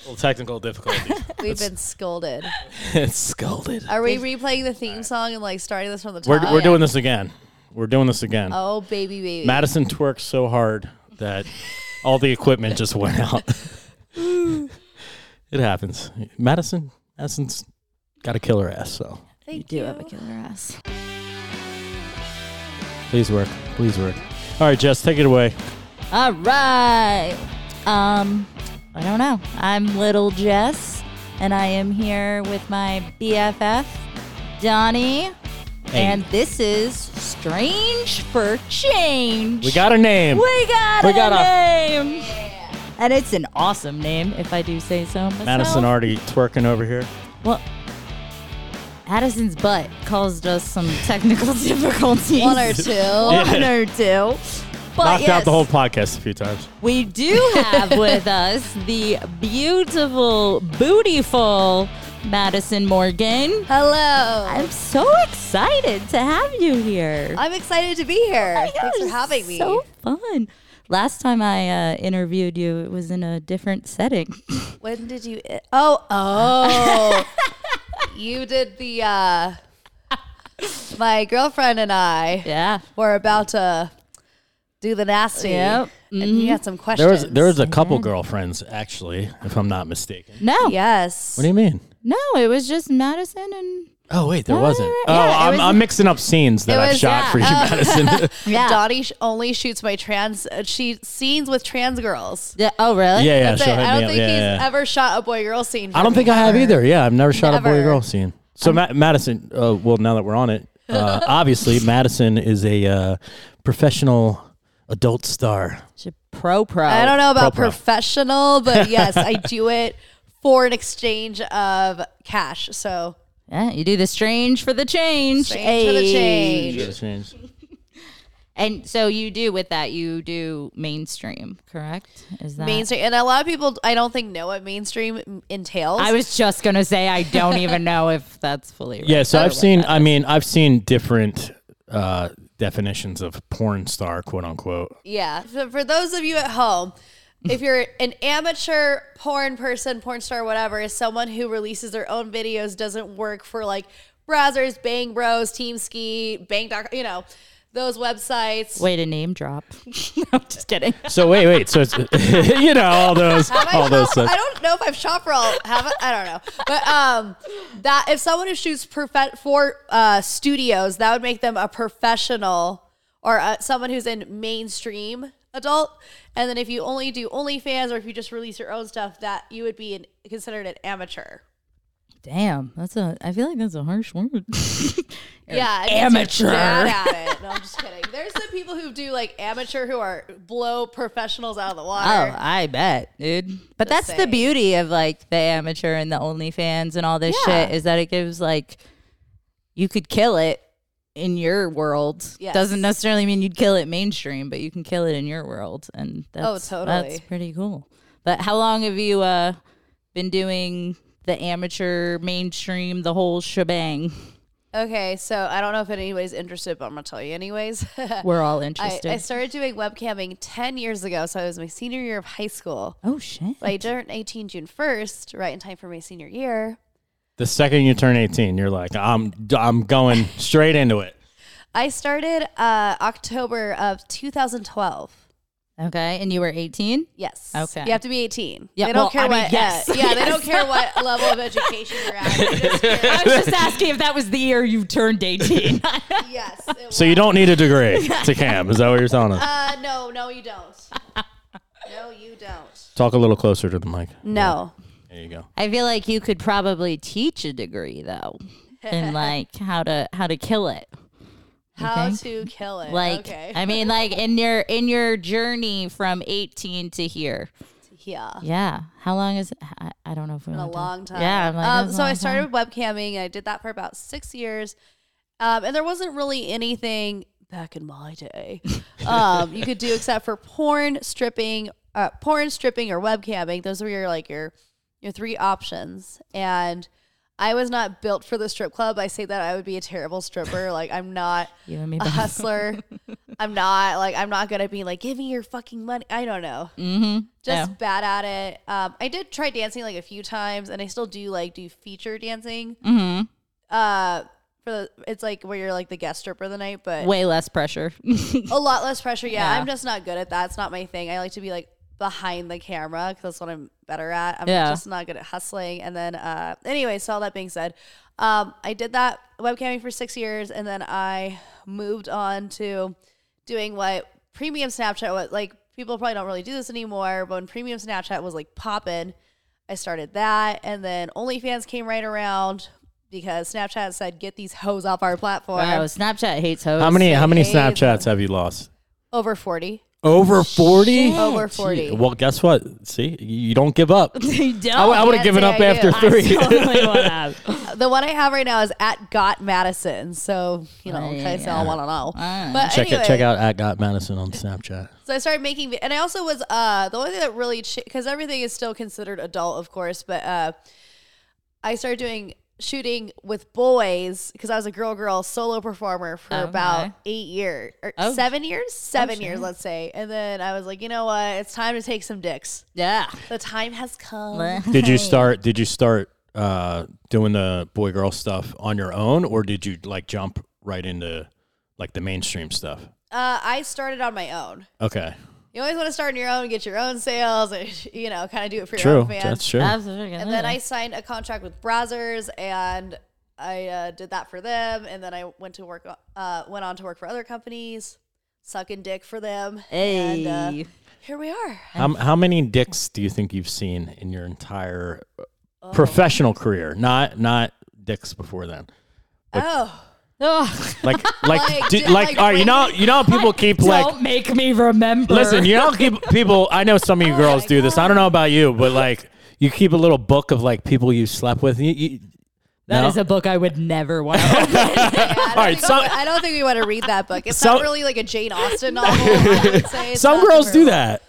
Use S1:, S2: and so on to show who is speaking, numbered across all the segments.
S1: Little technical difficulties.
S2: We've been scolded.
S1: it's scolded.
S2: Are we replaying the theme song and like starting this from the top?
S1: We're, we're doing this again. We're doing this again.
S2: Oh, baby, baby.
S1: Madison twerked so hard that all the equipment just went out. it happens. Madison, Madison's got a killer ass, so
S2: Thank
S3: do have a killer ass.
S1: please work. Please work. All right, Jess, take it away.
S3: All right. Um, I don't know. I'm Little Jess, and I am here with my BFF, Donnie,
S1: Hey.
S3: and this is Strange for Change.
S1: We got a name.
S3: We got
S1: We
S3: a
S1: got a-
S3: name. And it's an awesome name, if I do say so myself.
S1: Madison already twerking over here.
S3: Well, Addison's butt caused us some technical difficulties.
S2: One or two.
S3: One or two. But
S1: Knocked out
S3: yes,
S1: the whole podcast a few times.
S3: we do have with us the beautiful, bootyful Madison Morgan.
S2: Hello.
S3: I'm so excited to have you here.
S2: I'm excited to be
S3: Oh
S2: here. Thanks for having me.
S3: So fun. Last time I uh, interviewed you, it was in a different setting.
S2: when did you? i- Oh, oh. you did the. uh My girlfriend and I
S3: Yeah.
S2: were about to do the nasty.
S3: Yep. Mm-hmm.
S2: And you had some questions.
S1: There was there was a couple girlfriends actually, if I'm not mistaken.
S3: No.
S2: Yes.
S1: What do you mean?
S3: No, it was just Madison and
S1: Oh wait, there
S3: No,
S1: wasn't.
S3: no, no,
S1: Oh,
S3: no. Yeah, it
S1: I'm,
S3: was-
S1: I'm mixing up scenes that
S2: It
S1: I've
S2: was-
S1: shot for you, Madison.
S3: Yeah.
S2: Donnie sh- only shoots my trans. Uh, she scenes with trans girls.
S3: Yeah, oh, really?
S1: Yeah, yeah,
S2: That's
S1: she'll
S2: it.
S1: hit me
S2: I don't
S1: up.
S2: think
S1: Yeah,
S2: he's
S1: yeah, yeah.
S2: ever shot a boy girl scene.
S1: I don't
S2: for me.
S1: think I have either. Yeah, I've never shot a boy
S2: Never.
S1: girl scene. So Ma- Madison, uh, well, now that we're on it, uh, obviously Madison is a uh, professional adult star.
S3: Pro pro.
S2: I don't know about
S1: Pro, pro.
S2: professional, but yes, I do it for an exchange of cash. So
S3: Yeah, you do the strange for the change.
S2: Strange for the
S3: Ayy.
S2: change.
S3: And so you do with that, you do mainstream, correct? Is that
S2: mainstream, and a lot of people I don't think know what mainstream entails.
S3: I was just gonna say I don't even know if that's fully right.
S1: Yeah, so I've seen. I mean, I've seen different uh, definitions of porn star, quote unquote.
S2: yeah. So for those of you at home, if you're an amateur porn person, porn star, whatever, is someone who releases their own videos, doesn't work for like browsers, Bang Bros, Team Ski, Bang. Doc, you know those websites.
S3: Way to name drop. no, I'm just kidding.
S1: So wait, wait. So it's you know all those,
S2: Have I
S1: all those.
S2: shop-
S1: stuff.
S2: I don't know if I've shop for all. Have I, I don't know, but um, that if someone who shoots profe- for uh, studios, that would make them a professional or uh, someone who's in mainstream adult. And then if you only do OnlyFans or if you just release your own stuff, that you would be an, considered an amateur.
S3: Damn, that's a I feel like that's a harsh word.
S2: Yeah, it means you're
S3: amateur.
S2: Bad at it. No, I'm just kidding. There's some people who do like amateur who are blow professionals out of the
S3: Oh,
S2: water.
S3: I bet, dude. But
S2: Just
S3: that's the
S2: saying.
S3: beauty of like the amateur and the OnlyFans and all this
S2: Yeah.
S3: shit is that it gives like you could kill it in your world.
S2: Yes.
S3: Doesn't necessarily mean you'd kill it mainstream, but you can kill it in your world, and that's,
S2: Oh, totally.
S3: That's pretty cool. But how long have you uh, been doing the amateur, mainstream, the whole shebang?
S2: Okay, so I don't know if anybody's interested, but I'm gonna tell you anyways.
S3: We're all
S2: I,
S3: interested.
S2: I started doing webcamming 10 years ago. So it was my senior year of high school.
S3: oh shit!
S2: But I turned 18 June 1st, right in time for my senior year.
S1: The second you turn 18, you're like, I'm, I'm going straight into it.
S2: I started uh, October of 2012.
S3: Okay, and you were eighteen.
S2: Yes.
S3: Okay.
S2: You have to be 18.
S3: Yeah,
S2: They don't
S3: well,
S2: care
S3: I mean,
S2: what. uh,
S3: yes.
S2: yeah. They don't care what level of education you're at. They just care-
S3: I was just asking if that was the year you turned eighteen.
S2: yes. it
S1: So you don't need a degree to cam. Is that what you're telling us?
S2: Uh, no. No, you don't. No, you don't.
S1: Talk a little closer to the mic.
S2: No.
S1: There you go.
S3: I feel like you could probably teach a degree though, in like how to how to kill it.
S2: How to kill it?
S3: Like
S2: okay.
S3: I mean, like in your in your journey from eighteen to here.
S2: yeah.
S3: Yeah, how long is? I, I don't know if we
S2: a
S3: want
S2: long time.
S3: Yeah, I'm like,
S2: um,
S3: that's a
S2: so I
S3: long
S2: started with webcamming. I did that for about six years, um, and there wasn't really anything back in my day um, you could do except for porn stripping, uh, porn stripping or webcamming. Those were your like your your three options, and I was not built for the strip club. I say that I would be a terrible stripper. Like I'm not
S3: You and me
S2: a
S3: both.
S2: hustler. I'm not like I'm not gonna be like give me your fucking money. I don't know.
S3: Mm-hmm.
S2: Just bad at it. Um, I did try dancing like a few times, and I still do like do feature dancing.
S3: Mm-hmm.
S2: Uh, for the, it's like where you're like the guest stripper the night, but
S3: Way less pressure.
S2: a lot less pressure. Yeah,
S3: Yeah.
S2: I'm just not good at that. It's not my thing. I like to be like behind the camera because that's what I'm better at. I'm
S3: Yeah.
S2: just not good at hustling. And then, uh, anyway, so all that being said, um, I did that webcamming for six years, and then I moved on to doing what premium Snapchat was like. People probably don't really do this anymore, but when premium Snapchat was like popping, I started that, and then OnlyFans came right around because Snapchat said, "Get these hoes off our platform."
S3: wow, Snapchat hates hoes.
S1: How many how many
S2: Hey, it's-
S1: Snapchats have you lost?
S2: Over forty.
S1: Over forty.
S2: Over 40.
S1: Well, guess what? See, you don't give up.
S3: You don't.
S1: I, would have
S2: can't
S1: given
S2: say
S1: up
S2: I
S1: after
S2: do.
S3: I
S1: three.
S3: totally would have.
S2: The one I have right now is at Got Madison. So, you know,
S3: Oh,
S2: in
S3: yeah,
S2: case
S3: yeah.
S2: y'all want to know.
S3: Ah.
S2: But
S1: check
S2: anyway,
S1: it. Check out at Got Madison on Snapchat.
S2: So I started making, vi- and I also was, uh, the only thing that really, because everything is still considered adult, of course, but, uh, I started doing shooting with boys because I was a girl girl solo performer for
S3: Oh, Okay.
S2: about eight years or
S3: Oh.
S2: seven years, seven years,
S3: shit.
S2: let's say. And then I was like, you know what? It's time to take some dicks.
S3: Yeah.
S2: The time has come.
S1: Did you start? Did you start uh, doing the boy girl stuff on your own, or did you like jump right into like the mainstream stuff?
S2: Uh, I started on my own.
S1: Okay,
S2: You always want to start on your own, get your own sales, and, you know, kind of do it for your
S1: true.
S2: own fans.
S1: That's true.
S3: Absolutely.
S2: and then I signed a contract with Brazzers, and I uh, did that for them. And then I went to work, uh, went on to work for other companies, sucking dick for them.
S3: Hey.
S2: And uh, here we are.
S1: How, how many dicks do you think you've seen in your entire uh,
S3: Oh.
S1: professional career? Not not dicks before then.
S2: oh,
S3: Ugh.
S1: Like like
S2: Like,
S1: di-
S2: di-
S1: like,
S2: like
S1: all right, you know you know how people keep like
S3: don't make me remember.
S1: listen, you know how keep people I know some of
S3: Oh
S1: you girls
S2: my
S1: do this. I don't know about you, but like you keep a little book of like people you slept with. You, you,
S3: That
S1: No?
S3: is a book I would never want. to open.
S2: yeah, I, don't
S1: All right,
S2: think I
S1: some-
S2: wa- I don't think we want to read that book. It's
S1: Some-
S2: not really like a Jane Austen novel. I would say. It's
S1: some
S2: not
S1: girls
S2: very-
S1: do that.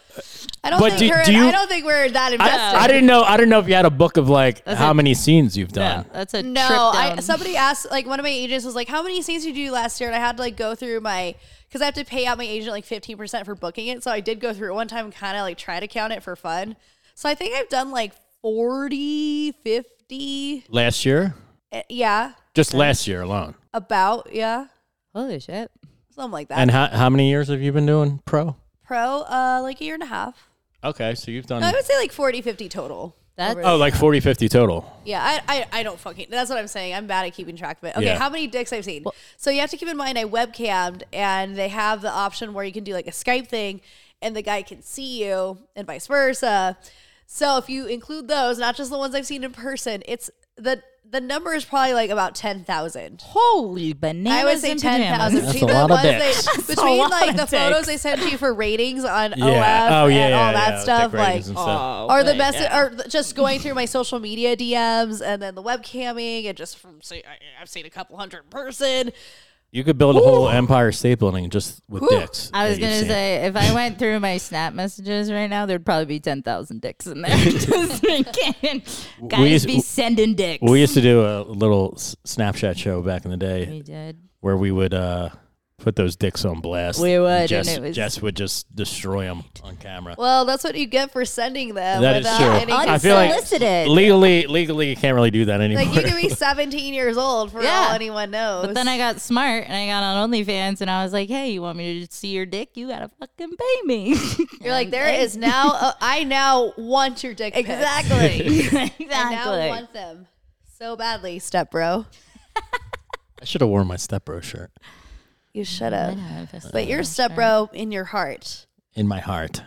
S2: I don't
S1: but
S2: think
S1: do-
S2: her-
S1: do you-
S2: I don't think we're that invested.
S1: I, I didn't know I don't know if you had a book of like how
S3: it.
S1: many scenes you've
S3: Yeah,
S1: done.
S3: that's a
S2: No,
S3: Trip
S2: I,
S3: down.
S2: somebody asked, like one of my agents was like, how many scenes did you do last year? And I had to like go through my, cause I have to pay out my agent like 15% for booking it. So I did go through it one time and kind of like try to count it for fun. So I think I've done like 40, 50.
S1: Last year?
S2: eh, Yeah.
S1: Just last year alone.
S2: About. Yeah.
S3: Holy shit.
S2: Something like that.
S1: And how how many years have you been doing pro?
S2: Pro, uh, like a year and a half.
S1: Okay, so you've done
S2: No, I would say like 40, 50 total.
S3: That's
S1: Oh, like 40 50 total.
S2: Yeah, I, I, I don't fucking. That's what I'm saying. I'm bad at keeping track of it. Okay,
S1: Yeah.
S2: how many dicks I've seen? so you have to keep in mind I webcammed, and they have the option where you can do like a Skype thing, and the guy can see you, and vice versa. So if you include those, not just the ones I've seen in person, it's the the number is probably like about ten thousand.
S3: holy bananas.
S2: I would say
S3: and
S2: ten thousand.
S3: pajamas.
S1: That's a lot of dicks.
S2: They,
S1: That's
S3: a
S2: between
S3: lot
S2: like
S3: of
S2: the photos
S3: dicks.
S2: they send to you for ratings on
S1: Yeah.
S2: OF
S1: oh yeah,
S2: and
S1: yeah,
S2: all that
S1: yeah,
S2: stuff,
S1: dick ratings
S2: like
S1: and stuff.
S2: or the
S3: my
S2: message,
S3: God.
S2: or th- just going through my social media DMs and then the webcamming, and just from say I, I've seen a couple hundred in person.
S1: You could build a whole Empire State Building just with dicks.
S3: I was
S1: that you've
S3: gonna
S1: seen.
S3: say if I went through my snap messages right now, there'd probably be ten thousand dicks in there. Just thinking, guys,
S1: used-
S3: be sending dicks.
S1: we used to do a little s- Snapchat show back in the
S3: We
S1: day
S3: did.
S1: where we would uh, put those dicks on blast.
S3: We would, and
S1: Jess,
S3: it was-
S1: Jess would just destroy them on camera.
S2: Well, that's what you get for sending them.
S1: That is
S2: without
S1: true.
S2: Any
S1: I
S2: consent.
S1: feel like
S3: Unsolicited.
S1: legally, legally, you can't really do that anymore.
S2: like you can be 17 years old for
S3: Yeah.
S2: all anyone knows.
S3: But then I got smart and I got on OnlyFans and I was like, hey, you want me to see your dick? You gotta fucking pay me.
S2: you're like, there is now. a- I now want your dick. pics.
S3: exactly.
S2: I now
S3: exactly.
S2: want them so badly, step bro.
S1: I should have worn my stepbro shirt
S2: You should have. But
S3: But
S2: you're step bro in your heart.
S1: in my heart.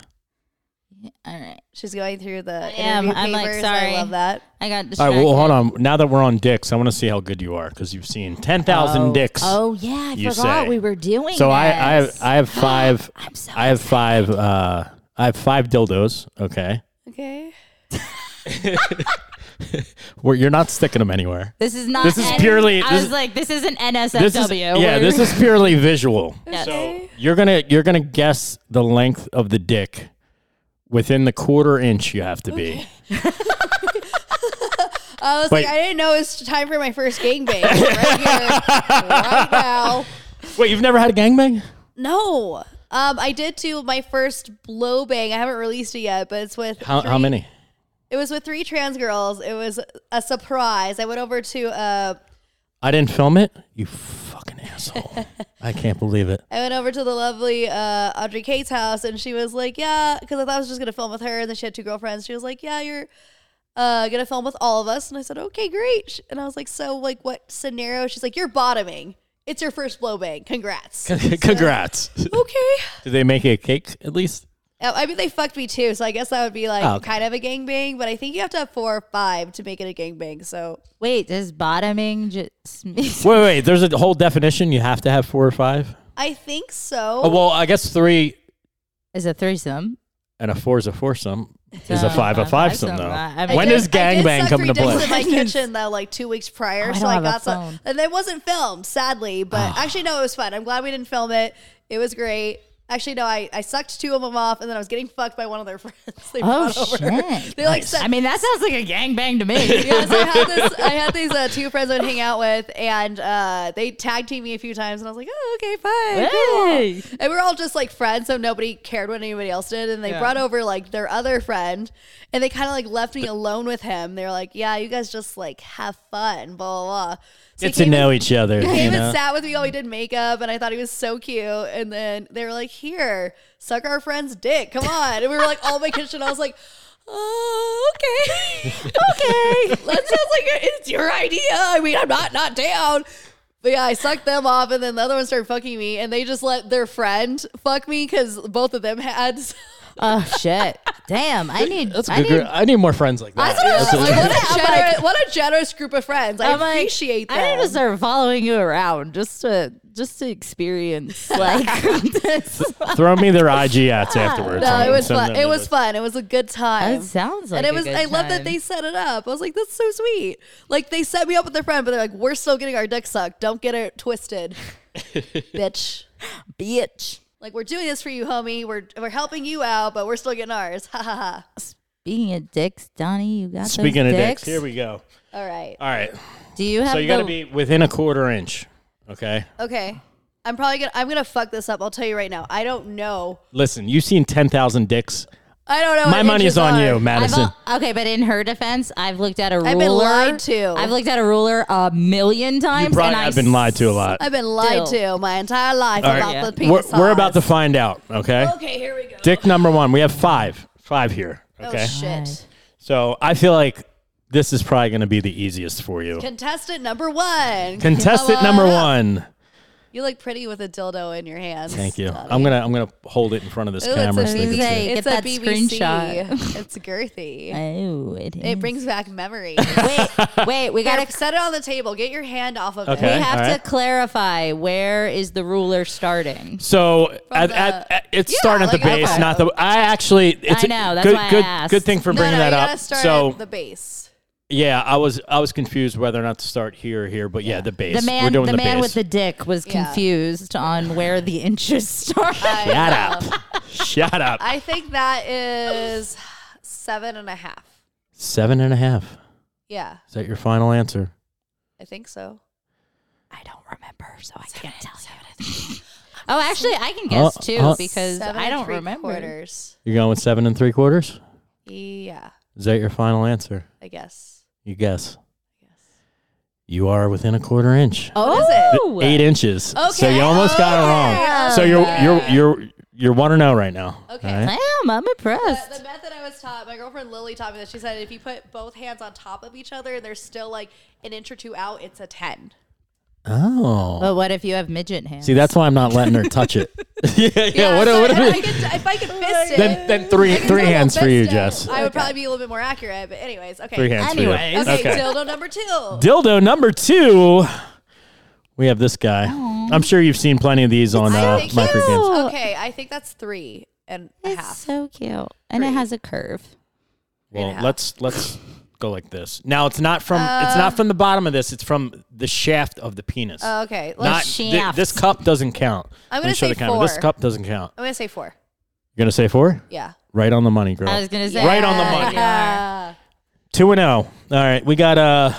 S3: all right.
S2: She's going through the
S3: am.
S2: interview
S3: I'm like,
S2: papers.
S3: sorry.
S2: I love that.
S3: I got
S1: All
S3: distracted.
S1: right, well, hold on. Now that we're on dicks, I want to see how good you are because you've seen ten thousand
S3: oh.
S1: dicks.
S3: Oh yeah, I
S1: you
S3: forgot
S1: say.
S3: we were doing.
S1: So I, I have
S3: this.
S1: I have five
S3: I'm so
S1: I have five uh I have five dildos. Okay,
S2: Okay.
S1: where you're not sticking them anywhere.
S3: This is not.
S1: This is purely-
S3: I
S1: this-
S3: was like, this isn't NSFW.
S1: This is yeah.
S3: We're-
S1: This is purely visual.
S3: Yes.
S1: So you're gonna you're gonna guess the length of the dick within the quarter inch you have to be.
S2: I was
S1: Wait.
S2: like, I didn't know it was time for my first gangbang right here, right now.
S1: Wait, you've never had a gangbang?
S2: No, um, I did do my first blow bang. I haven't released it yet, but it's with
S1: How, how
S2: three-
S1: many?
S2: It was with three trans girls. It was a surprise. I went over to uh,
S1: I didn't film it. You fucking asshole! I can't believe it.
S2: I went over to the lovely uh, Audrey Kate's house, and she was like, "Yeah," because I thought I was just gonna film with her, and then she had two girlfriends. She was like, "Yeah, you're uh, gonna film with all of us," and I said, "Okay, great." Sh- And I was like, "So, like, what scenario?" She's like, "You're bottoming. It's your first blow bang. Congrats."
S1: Congrats.
S2: okay.
S1: Did they make a cake at least?
S2: Uh, I mean, they fucked me too, so I guess that would be like
S1: Oh, okay.
S2: kind of a gangbang. But I think you have to have four or five to make it a gangbang. So
S3: Wait, does bottoming just mean
S1: Wait, wait. There's a whole definition. You have to have four or five.
S2: I think so.
S1: Oh, well, I guess three
S3: is a threesome?
S1: and a four is a foursome. is
S3: So,
S1: a five
S3: uh,
S1: a five some
S3: fivesome,
S1: though?
S3: uh, I
S1: when
S3: mean-
S1: does gangbang come into play?
S2: in my kitchen though, like two weeks prior,
S3: Oh, I
S2: so
S3: don't
S2: I
S3: have a
S2: got some,
S3: phone.
S2: and it wasn't filmed, sadly. But
S1: Ah.
S2: actually, no, it was fun. I'm glad we didn't film it. It was great. Actually, no, I, I sucked two of them off, and then I was getting fucked by one of their friends. They
S3: Oh
S2: brought over.
S3: shit!
S2: They like said,
S3: I mean, that sounds like a gangbang to me.
S2: Yes, I had this. I had these uh, two friends I'd hang out with, and uh, they tag teamed me a few times, and I was like, "Oh, okay, fine." cool."
S3: Hey.
S2: And we are all just like friends, so nobody cared what anybody else did. And they
S3: Yeah.
S2: brought over like their other friend, and they kind of like left me alone with him. They were like, "Yeah, you guys just like have fun, blah blah." blah. So he
S1: Get to
S2: came
S1: know
S2: and-
S1: each other.
S2: He
S1: You
S2: came
S1: know?
S2: and sat with me while we did makeup, and I thought he was so cute. And then they were like, "Here, suck our friend's dick. Come on!" And we were like all my kitchen. I was like, "Oh, okay, okay. That sounds like a, it's your idea. I mean, I'm not not down." But yeah, I sucked them off, and then the other one started fucking me, and they just let their friend fuck me because both of them had.
S3: oh shit! Damn, I need.
S1: That's a
S3: I
S1: good.
S3: need.
S1: gr- I need more friends like that.
S2: That's what I was
S1: That's
S2: like.
S1: a-
S2: What a, generous, what a generous group of friends. I
S3: I'm like,
S2: appreciate that.
S3: I need to start following you around just to just to experience like this.
S1: Throw me their IG ads afterwards.
S2: No,
S1: and
S2: it was
S1: send
S2: fun.
S1: them
S2: It
S1: to
S2: was
S1: the-
S2: fun. It was a good time.
S3: That sounds like
S2: and
S3: a
S2: it was.
S3: good
S2: I love that
S3: time.
S2: they set it up. I was like, that's so sweet. Like they set me up with their friend, but they're like, we're still getting our dick sucked. Don't get it twisted, bitch.
S3: bitch.
S2: Like we're doing this for you, homie. We're we're helping you out, but we're still getting ours. Ha ha ha.
S3: Speaking of dicks, Donnie, you got
S1: Speaking
S3: those
S1: of
S3: dicks.
S1: dicks, here we go.
S2: All right.
S1: All right.
S3: Do you have
S1: So you
S3: the,
S1: got to be within a quarter inch. Okay.
S2: Okay. I'm probably gonna. I'm gonna fuck this up. I'll tell you right now. I don't know.
S1: Listen, you've seen ten thousand dicks.
S2: I don't know.
S1: My
S2: what
S1: money
S2: inches
S1: is on
S2: are.
S1: you,
S3: I've
S1: Madison.
S3: al- okay, but in her defense, I've looked at a ruler.
S2: I've been lied to.
S3: I've looked at a ruler a million times.
S1: You probably
S3: and I
S1: have been lied to a lot.
S2: I've been lied
S3: Still.
S2: to my entire life
S1: All
S2: about
S1: right.
S2: the
S1: We're,
S2: penis.
S1: we're about to
S2: size.
S1: find out. Okay.
S2: Okay, here we go.
S1: Dick number one. We have five. Five here. Okay.
S2: Oh shit.
S1: so I feel like this is probably going to be the easiest for you.
S2: Contestant number one.
S1: Contestant
S2: Come
S1: number
S2: on up.
S1: one.
S2: You look pretty with a dildo in your hands.
S1: Thank you. I'm gonna I'm gonna hold it in front of this
S2: Ooh, it's
S1: camera.
S2: a
S1: so they can
S3: BB.
S1: see it.
S3: Hey,
S2: it's
S3: get that
S2: a BBC.
S3: screenshot.
S2: It's girthy.
S3: Oh, it is.
S2: It brings back memories.
S3: wait, wait. We
S2: Gotta
S3: gotta.
S2: set it on the table. Get your hand off of
S1: Okay.
S2: it.
S3: We have
S1: all right.
S3: to clarify where is the ruler starting.
S1: So at,
S2: the-
S1: at, at- it's
S2: Yeah,
S1: starting at the
S2: like,
S1: base,
S2: okay.
S1: not the. I actually, it's
S3: I know, that's
S1: good,
S3: why I
S1: good,
S3: asked.
S1: good thing for
S2: No,
S1: bringing
S2: no, you
S1: that
S2: gotta
S1: up.
S2: start
S1: So
S2: at the base.
S1: yeah, I was I was confused whether or not to start here or here, but yeah, the base.
S3: The man,
S1: We're
S3: the,
S1: doing the,
S3: man
S1: base.
S3: with the dick was
S2: Yeah. Uh,
S3: confused on where the inches start.
S2: I,
S1: Shut
S2: know.
S1: up! Shut up!
S2: I think that is seven and a half.
S1: Seven and a half.
S2: Yeah,
S1: Is that your final answer?
S2: I think so.
S3: I don't remember, so I can't tell you. oh, actually, I can guess
S1: Uh,
S3: too
S1: uh,
S3: because
S2: Seven
S3: I
S2: and
S3: don't
S2: three
S3: remember.
S2: Quarters.
S1: You're going with seven and three quarters.
S2: Yeah,
S1: Is that your final answer?
S2: I guess.
S1: You guess. You are within a quarter inch.
S3: Oh,
S2: What is it?
S1: Eight inches. So
S2: Okay.
S1: you almost got it wrong.
S2: Okay.
S1: So you're
S2: Okay.
S1: you're you're you're one or no right now.
S2: Okay.
S1: all right?
S3: Damn, I'm
S2: The,
S3: impressed.
S2: the method I was taught, my girlfriend Lily taught me this. She said if you put both hands on top of each other and they're still like an inch or two out, it's a 10.
S1: Oh.
S3: But what if you have midget hands?
S1: See, that's why I'm not letting her touch it. yeah, yeah.
S2: Yeah,
S1: what
S2: so
S1: what
S2: if, I could, if I could
S3: Oh
S2: fist it,
S1: then, then three
S2: if I could
S1: three hands for
S2: fist
S1: you,
S2: it,
S1: Jess.
S2: I would probably be a little bit more accurate, but anyways, okay.
S1: Three hands
S3: Anyways.
S1: for you.
S2: Okay,
S1: Okay.
S2: dildo number two.
S1: Dildo number two. We have this guy. I'm sure you've seen plenty of these on
S2: Oh. I
S1: uh,
S2: think
S1: micro
S2: that's-
S1: games.
S2: Okay, I think that's three and a
S3: It's
S2: half.
S3: so cute, and it has a curve.
S1: Well,
S2: half.
S1: let's let's go like this. Now it's not from it's
S2: Um,
S1: not from the bottom of this. It's from the shaft of the penis.
S2: Oh, okay, let's,
S1: not thi- this
S3: shaft.
S1: cup doesn't count.
S2: I'm
S1: Let
S2: gonna
S1: me show
S2: say
S1: the camera. This
S2: four.
S1: cup doesn't count.
S2: I'm gonna say four.
S1: You're gonna say four?
S2: Yeah.
S1: Right on the money, girl.
S3: I was gonna say
S1: Right on the money.
S3: Yeah.
S2: Uh,
S1: Two and zero. All right, we got uh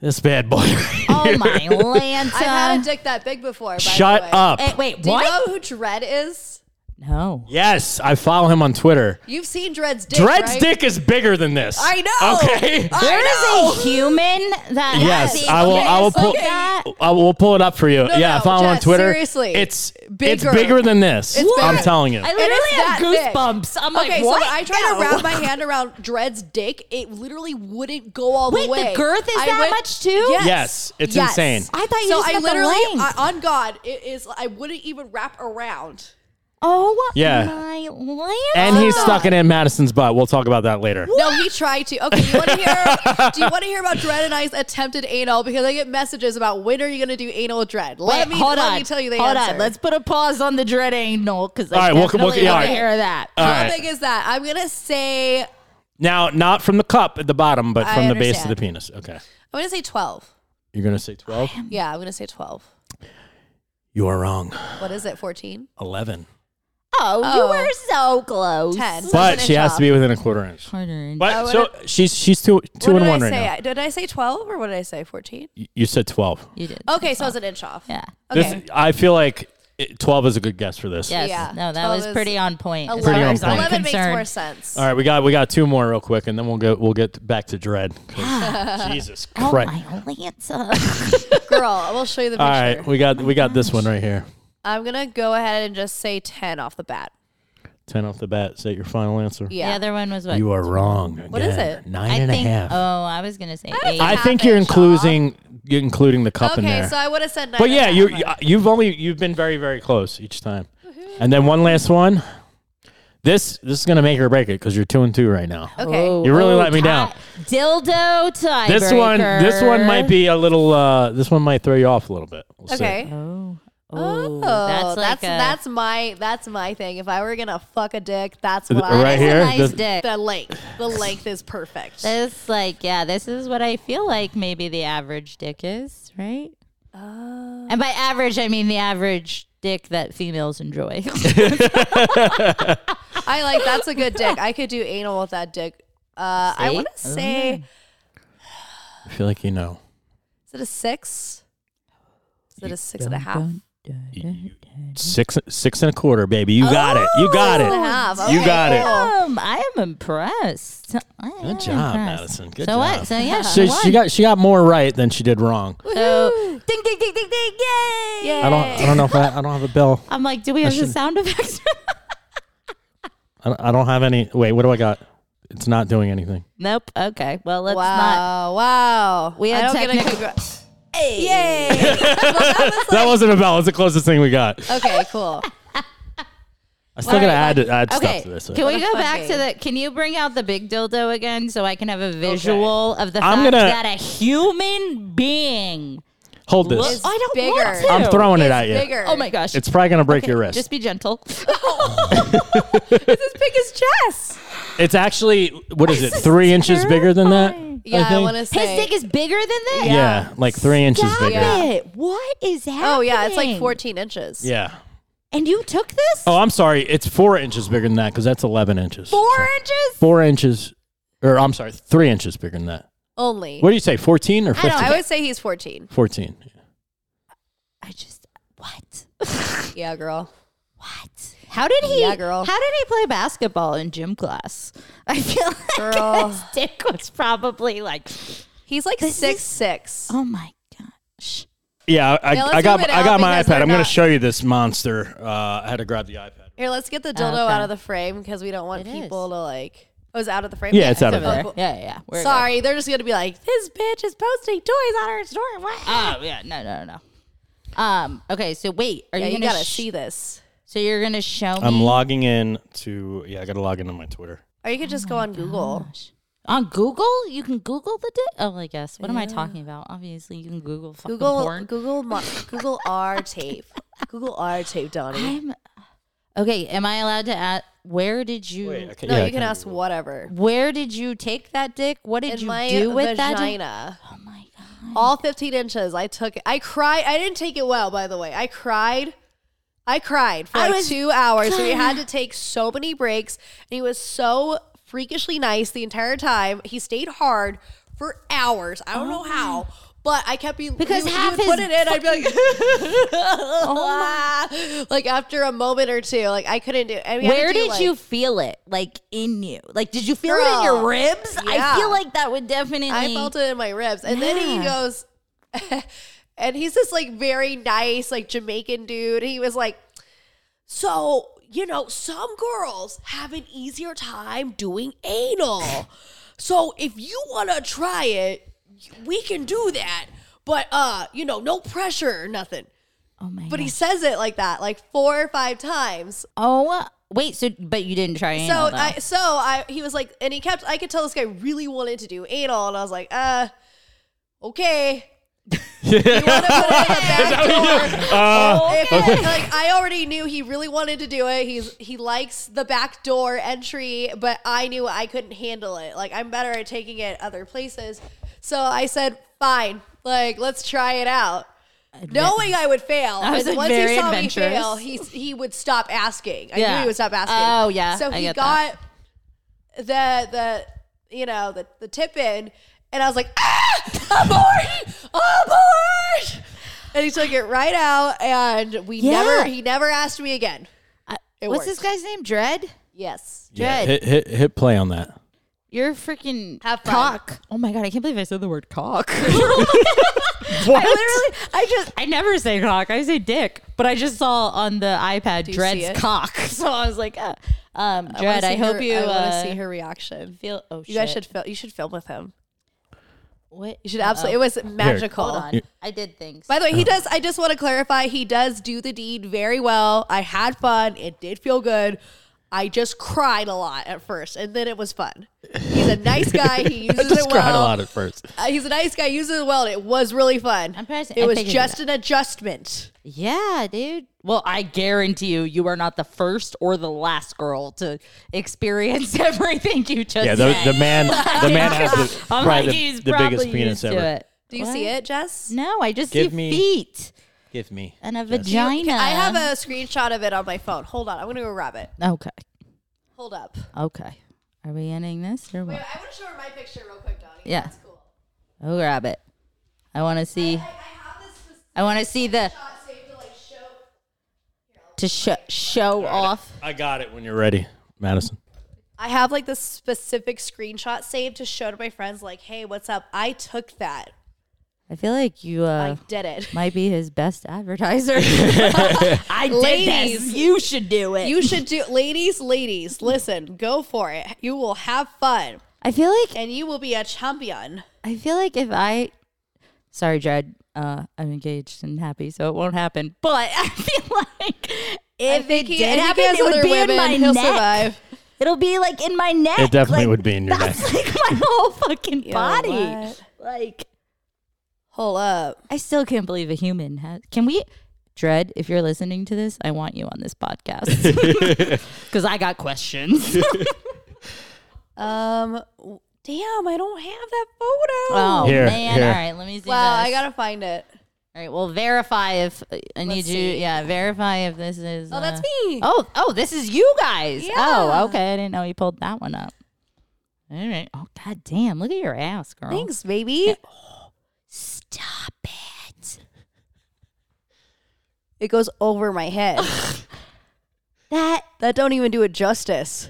S1: this bad boy.
S3: Oh my lanta!
S2: I've had a dick that big before. By
S1: Shut
S2: the way.
S1: up.
S3: Eh, wait,
S2: Do
S3: what?
S2: you know who Dread is?
S3: no.
S1: Yes, I follow him on Twitter.
S2: You've seen Dread's dick.
S1: Dredd's
S2: right?
S1: dick is bigger than this.
S2: I know. Uh,
S1: Okay.
S2: I
S3: There
S2: know.
S3: is a human that
S1: Yes,
S3: has
S1: I will- I will
S3: penis
S1: pull-
S3: like that.
S1: I will pull it up for you.
S2: No,
S1: yeah, I
S2: no,
S1: follow him on
S2: Jess,
S1: Twitter.
S2: seriously.
S1: it's it's
S2: Bigger.
S1: bigger than this.
S2: It's
S1: I'm
S2: bigger.
S1: telling you.
S2: It
S3: I
S2: is
S3: literally
S2: that
S3: have goosebumps. I'm
S2: Okay,
S3: like,
S2: so
S3: what?
S2: when I tried
S3: No.
S2: to wrap my hand around Dread's dick, it literally wouldn't go all
S3: Wait,
S2: the
S3: the
S2: way.
S3: girth is that much too?
S2: Yes,
S1: Yes, it's insane.
S3: I thought you
S2: so
S3: just
S2: I
S3: meant the
S2: literally,
S3: length.
S2: I- on God, it is. I wouldn't even wrap around.
S3: oh
S1: Yeah.
S3: my lanta!
S2: Oh,
S1: and he's stuck it in Madison's butt. We'll talk about that later.
S2: No, he tried to. Okay, you want to hear? do you want to hear about Dread and I's attempted anal? Because I get messages about when are you going to do anal with Dread? Let
S3: Wait,
S2: me
S3: hold
S2: let
S3: on.
S2: me tell you the
S3: hold
S2: answer.
S3: on. Let's put a pause on the dread anal because I
S1: All right, we'll- we'll-
S3: definitely
S1: yeah, all
S3: want to
S1: right.
S3: hear that.
S1: All
S2: How
S1: right.
S2: big is that? I'm gonna say I'm
S1: Now, not from the cup at the bottom, but
S2: I
S1: from the base of
S2: understand.
S1: the penis. Okay.
S2: gonna say 12.
S1: You're going to say 12?
S2: Yeah, I'm gonna say 12.
S1: You are wrong.
S2: What is it? 14?
S1: 11.
S3: Oh,
S2: Oh.
S3: you were so close.
S2: 10.
S1: But she has to be within a quarter inch.
S3: Quarter inch.
S1: But
S2: I
S1: so she's she's two two
S2: Oh, what
S1: and one
S2: did I
S1: right
S2: say?
S1: now.
S2: I- Did I say 12 or what did I say? 14?
S1: You- You said 12.
S3: You did.
S2: Okay, so it's an inch off.
S3: Yeah.
S2: Okay.
S1: This, I feel like it, 12 is a good guess for this.
S3: Yes.
S2: Yeah.
S3: No, that
S2: Twelve
S3: was
S2: is-
S3: pretty on point. as
S2: 11,
S1: Pretty
S3: far
S1: on
S3: as I'm
S1: point.
S2: 11 makes
S3: concerned.
S2: more sense.
S1: All right, we got we got two more real quick, and then we'll go we'll get back to dread. 'Cause- Jesus
S3: Oh
S1: Christ!
S3: my lanta!
S2: Girl, I will show you the picture.
S1: All right, we got we got this one right here.
S2: I'm gonna go ahead and just say 10 off the bat.
S1: Ten off the bat. Is that your final answer?
S2: Yeah.
S3: The other one was what?
S1: You are wrong.
S2: What is
S1: again.
S2: it?
S1: Nine
S3: I
S1: and a half.
S3: think. Oh, I was gonna say eight.
S1: I
S2: half
S1: think you're
S2: inch
S1: including you're including the cup in
S2: okay,
S1: there.
S2: so I would have said 9.
S1: but yeah,
S2: and a
S1: you
S2: half.
S1: you- you've only you've been very very close each time. And then one last one. This this is gonna make or break it because you're two and two right now.
S2: okay.
S3: Oh,
S1: You really
S3: oh,
S1: let me down.
S3: tie- Dildo tiebreaker.
S1: This one this one might be a little uh this one might throw you off a little bit. We'll see.
S2: Okay.
S3: Oh,
S2: Oh,
S3: oh,
S2: that's
S3: that's like
S2: that's,
S3: a,
S2: my that's my thing. If I were gonna fuck a dick, that's
S1: Th-
S2: what I
S1: right
S3: That's
S1: here.
S3: A nice
S1: this-
S3: dick.
S2: The length, the length is perfect.
S3: This like yeah, this is what I feel like maybe the average dick is, right?
S2: Oh.
S3: and by average I mean the average dick that females enjoy.
S2: I like that's a good dick. I could do anal with that dick. Uh, I
S3: See? Mm-hmm.
S2: want to say,
S1: I feel like you know.
S2: is it a six? Is it a six and a half?
S1: Six six and a quarter, baby. You got it. You got
S2: Six Oh, and a
S1: it.
S2: half.
S1: You
S2: Okay,
S1: got it.
S2: cool.
S3: um, I am impressed. I am
S1: Good job,
S3: impressed.
S1: Madison. Good
S3: so
S1: job.
S3: what? So yeah,
S1: So
S3: she,
S1: she
S3: got
S1: got she got more right than she did wrong.
S3: so ding ding ding ding ding yay.
S2: Yay.
S1: I don't I don't know if I, I don't have a bill.
S3: I'm like, do we have the
S1: shouldn't-
S3: sound effects?
S1: I don't- I don't have any. Wait, what do I got? It's not doing anything.
S3: nope. Okay. Well, let's not.
S2: Wow! Wow!
S3: We
S2: I
S3: had
S2: don't get a
S3: technical-
S2: congr-
S3: Hey.
S2: Yay!
S1: That wasn't a bell. It's the closest thing we got.
S2: okay, cool.
S1: I still gotta add add
S3: Okay.
S1: stuff to this.
S3: Can
S2: What
S3: we
S2: a
S3: go
S2: fun
S3: back to
S2: game.
S3: the? Can you bring out the big dildo again so I can have a visual of the fact
S1: I'm gonna-
S3: that a human being.
S1: Hold
S3: Look-
S1: this.
S3: I don't
S2: bigger.
S3: want to.
S1: I'm throwing it
S2: It's
S1: at you.
S2: bigger.
S3: Oh my gosh!
S1: It's probably gonna break your wrist.
S3: Just be gentle.
S2: It's as big as chess.
S1: it's actually what is it? Three inches bigger than that?
S2: Yeah, I,
S1: think?
S2: want to
S3: His
S2: say.
S3: dick is bigger than that.
S1: Yeah. like three inches
S3: Stop
S1: bigger.
S2: Yeah.
S3: it! What is happening?
S2: oh yeah, it's like 14 inches.
S1: Yeah.
S3: And you took this
S1: Oh, I'm sorry. It's four inches bigger than that because that's eleven inches.
S3: four inches.
S1: Four inches, or I'm sorry, three inches bigger than that.
S2: Only.
S1: What do you say? Fourteen or
S3: I don't-
S1: fifteen?
S2: I would say he's 14.
S1: Fourteen.
S3: I just what?
S2: Yeah, girl.
S3: what? How did he?
S2: Yeah, girl.
S3: How did he play basketball in gym class? I feel like
S2: Girl.
S3: his dick was probably like,
S2: He's like
S3: This
S2: six
S3: is-
S2: six.
S3: oh my gosh.
S1: Yeah, I,
S2: Now, let's
S1: I got
S2: zoom it
S1: I
S2: out
S1: got my
S2: because
S1: iPad.
S2: they're
S1: I'm going to
S2: not-
S1: show you this monster. Uh, I had to grab the iPad.
S2: Here, let's get the dildo
S3: Okay.
S2: out of the frame because we don't want
S3: It
S2: people
S3: is.
S2: to like. Oh, it's out of the frame.
S1: Yeah, it's out of
S2: okay,
S1: there.
S2: cool.
S3: Oh, Yeah, yeah. yeah. We're good.
S2: Sorry, they're just gonna be like, this bitch is posting toys on her story. What?
S3: Oh yeah, no, no, no. no. Um. Okay. So wait, are
S2: yeah,
S3: you
S2: you
S3: gonna?
S2: gotta
S3: sh-
S2: see this,
S3: So you're gonna show me
S1: I'm logging in to yeah. I got to log into my Twitter.
S2: or you could just
S3: Oh
S2: go on Google.
S3: on Google? You can Google the dick. Oh, I guess. What am I talking about? Obviously, you can Google fucking
S2: Google,
S3: porn.
S2: Google, mo- Google R tape. Google R tape, Donnie.
S3: I'm okay. Am I allowed to ask? Where did you?
S1: okay,
S2: No, you can ask whatever.
S3: Where did you take that dick? What did
S2: In
S3: you
S2: my
S3: do with that? dick?
S2: vagina,
S3: Oh my god.
S2: all 15 inches. I took. it. I cried. I didn't take it well, by the way. I cried. I cried for
S3: I
S2: like
S3: was-
S2: two hours. So we had to take so many breaks, and he was so freakishly nice the entire time. He stayed hard for hours. I don't know how, but I kept being
S3: Oh. Because
S2: he would- he
S3: half
S2: would put
S3: his
S2: it in. I'd be like, like after a moment or two, like I couldn't do. I mean, I had
S3: Oh Where
S2: to do,
S3: did
S2: like-
S3: you feel it? Like in you? Like did you feel it in
S2: Girl,
S3: your ribs? I
S2: yeah.
S3: feel like that would definitely.
S2: I felt it in my ribs. And then he
S3: Yeah.
S2: goes, and he's this like very nice, like Jamaican dude. He was like, So, you know, some girls have an easier time doing anal. so if you want to try it, we can do that. But, uh, you know, no pressure or nothing.
S3: Oh my.
S2: But
S3: God.
S2: he says it like that, like four or five times.
S3: Oh wait. So but you didn't try.
S2: So
S3: anal, though.
S2: I, so I, he was like, and he kept. I could tell this guy really wanted to do anal, and I was like, uh, okay. you want to put it in the back door? If- Like I already knew he really wanted to do it. He's he likes the back door entry, but I knew I couldn't handle it. Like I'm better at taking it other places. So I said, fine, like let's try it out. Knowing I would fail,
S3: I was,
S2: and once
S3: like,
S2: he
S3: very
S2: saw
S3: adventurous.
S2: me fail, he he would stop asking. I knew
S3: Yeah.
S2: he would stop asking.
S3: Oh, yeah.
S2: So
S3: I
S2: he
S3: get
S2: got
S3: that.
S2: the the you know the the tip in, and I was like, ah, abort, abort, and he took it right out, and we
S3: Yeah.
S2: never he never asked me again.
S3: I-
S2: It
S3: what's this
S2: worked.
S3: guy's name? Dread.
S2: Yes,
S1: Yeah,
S3: Dread.
S1: hit, hit, hit play on that.
S3: You're freaking
S2: Have fun.
S3: cock. Oh my god, I can't believe I said the word cock. I literally, I just, I never say cock. I say dick. But I just saw on the iPad
S2: you see it?
S3: Dred's cock, so I was like, ah. um, Dred, I, hope you
S2: I want to
S3: uh,
S2: see her reaction.
S3: feel. Oh,
S2: You guys
S3: shit.
S2: should fil- you should film with him.
S3: What?
S2: You should Oh. absolutely. It was magical.
S3: Hold on, I did things.
S2: By the way, he does. I just want to clarify. He does do the deed very well. I had fun. It did feel good. I just cried a lot at first, and then it was fun. He's a nice guy. He
S1: I
S2: uses
S1: just
S2: it
S1: cried a
S2: well.
S1: lot at first.
S2: Uh, he's a nice guy. Uses it well. And it was really fun.
S3: I'm proud to-
S2: It
S3: I
S2: was
S3: figured
S2: just
S3: it
S2: an adjustment.
S3: yeah, dude. Well, I guarantee you, you are not the first or the last girl to experience everything you just.
S1: Yeah, the,
S3: said.
S1: the man, the man has the,
S3: I'm
S1: probably
S3: like,
S1: the,
S3: he's
S1: the
S3: probably
S1: biggest penis
S3: used to
S1: ever.
S3: It.
S2: Do you see it, Jess?
S3: No, I just
S1: Give
S3: see
S1: me-
S3: feet
S1: Give me.
S3: and a
S1: Yes.
S3: vagina.
S2: I have a screenshot of it on my phone. Hold on. I'm gonna go grab it.
S3: Okay.
S2: Hold up.
S3: Okay. Are we ending this or
S2: Wait,
S3: what?
S2: I want to show her my picture real quick, Donnie.
S3: Yeah.
S2: That's cool.
S3: Oh, grab it. I want to see.
S2: I have this
S3: I want to see the
S2: shot saved to like show.
S3: to sh- show off.
S1: I got it when you're ready, Madison.
S2: I have like this specific screenshot saved to show to my friends, like, hey, what's up? I took that.
S3: I feel like you uh,
S2: I did it.
S3: might be his best advertiser. I
S2: Ladies.
S3: You should do it.
S2: You should do, ladies, ladies, listen, go for it. You will have fun
S3: I feel like
S2: and you will be a champion.
S3: I feel like if I, sorry, Dred, uh, I'm engaged and happy, so it won't happen. But I feel like
S2: I
S3: if it
S2: think he- I think
S3: did
S2: he
S3: happen,
S2: has
S3: it
S2: other
S3: would be in
S2: women.
S3: my
S2: He'll
S3: neck.
S2: survive.
S3: It'll be like in my neck.
S1: It definitely
S3: Like,
S1: would be in your neck.
S3: That's like my whole fucking
S2: Yo,
S3: body.
S2: what?
S3: Like
S2: Hold up.
S3: I still can't believe a human has. Can we? Dred, if you're listening to this, I want you on this podcast because I got questions.
S2: Um, w- damn, I don't have that photo.
S3: oh
S1: Here,
S3: man!
S1: here.
S3: All right, let me see.
S2: wow,
S3: this.
S2: I gotta find it.
S3: All right, well, verify if I need you.
S2: see.
S3: Yeah, verify if this is.
S2: Oh, that's
S3: uh,
S2: me.
S3: Oh, oh, this is you guys.
S2: Yeah.
S3: Oh, okay. I didn't know you pulled that one up. All right. Oh, god damn. Look at your ass, girl.
S2: Thanks, baby.
S3: Stop it.
S2: It goes over my head.
S3: That
S2: that don't even do it justice.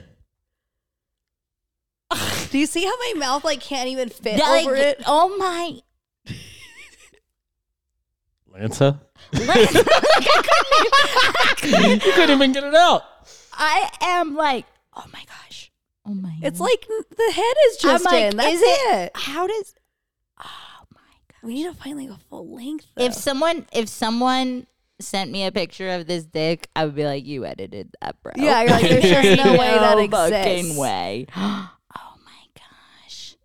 S2: do you see how my mouth like can't even fit
S3: that,
S2: over
S3: like,
S2: it?
S3: Oh my.
S1: Lanza?
S3: Listen,
S1: you couldn't even get it out.
S3: I am like, oh my gosh. Oh my.
S2: It's
S3: Lord.
S2: like n- the head is
S3: I'm
S2: just
S3: like,
S2: in. That's
S3: is
S2: it.
S3: How does? Oh my god.
S2: We need to find like a full length.
S3: If someone, if someone sent me a picture of this dick, I would be like, you edited that, bro.
S2: though. yeah, you're like there's just no way that exists.
S3: fucking way. oh my gosh.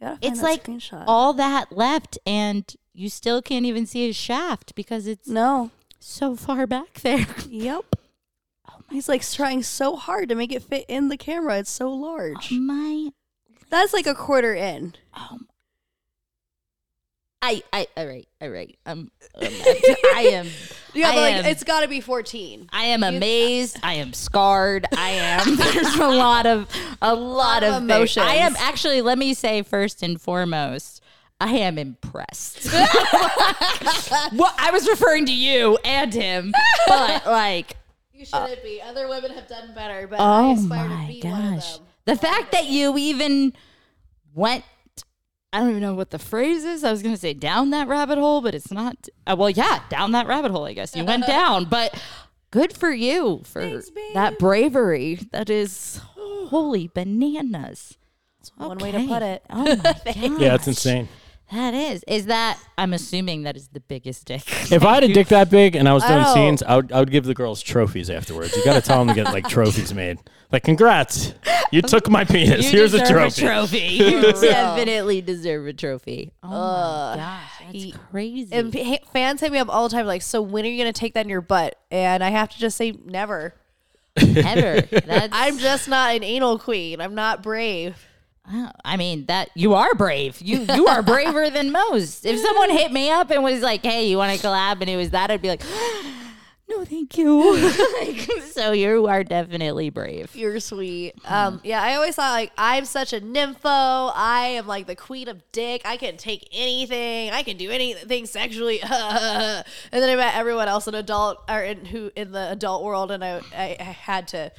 S2: I gotta find
S3: It's
S2: that
S3: like
S2: screenshot.
S3: all that left and you still can't even see his shaft because it's
S2: no.
S3: so far back there.
S2: Yep.
S3: Oh
S2: He's like trying so hard to make it fit in the camera. It's so large.
S3: Oh my
S2: That's like a quarter in.
S3: um I, I, all right, all right. I'm, I'm I am,
S2: You have
S3: I
S2: like
S3: am-
S2: it's got to be 14.
S3: I am amazed. I am scarred. I am. There's a lot of, a lot,
S2: of
S3: of, things. I am
S2: emotions.
S3: actually. Let me say first and foremost. I am impressed. well, I was referring to you and him, but like,
S2: You shouldn't be. Other women have done better, but I
S3: Uh, oh
S2: aspire to
S3: my
S2: be one of
S3: gosh,
S2: them.
S3: the fact that you even went. I don't even know what the phrase is. I was going to say down that rabbit hole, but it's not. Uh, well, yeah, down that rabbit hole, I guess. You went down, but good for you for that bravery. That is holy bananas. That's
S2: one way to put it.
S3: Oh my gosh.
S1: Yeah, it's insane.
S3: That is. Is that, I'm assuming that is the biggest dick.
S1: If I had a dick that big and I was doing
S2: Oh.
S1: scenes, I would, I would give the girls trophies afterwards. You got to tell them to get like trophies made. Like, congrats, you took my penis.
S3: You
S1: Here's a
S3: deserve
S1: trophy.
S3: You
S2: For real.
S3: definitely deserve a trophy. Oh my gosh. That's
S2: He-
S3: crazy.
S2: And pa- ha- fans hit me up all the time, like, "So when are you gonna take that in your butt?" And I have to just say, never.
S3: Ever. That's,
S2: I'm just not an anal queen. I'm not brave.
S3: Wow. I mean that you are brave. You you are braver than most. If someone hit me up and was like, "Hey, you want to collab?" and it was that, I'd be like, "No, thank you." Like, so you are definitely brave.
S2: You're sweet. Um, yeah, I always thought like I'm such a nympho. I am like the queen of dick. I can take anything. I can do anything sexually. and then I met everyone else in adult or in who in the adult world, and I I, I had to.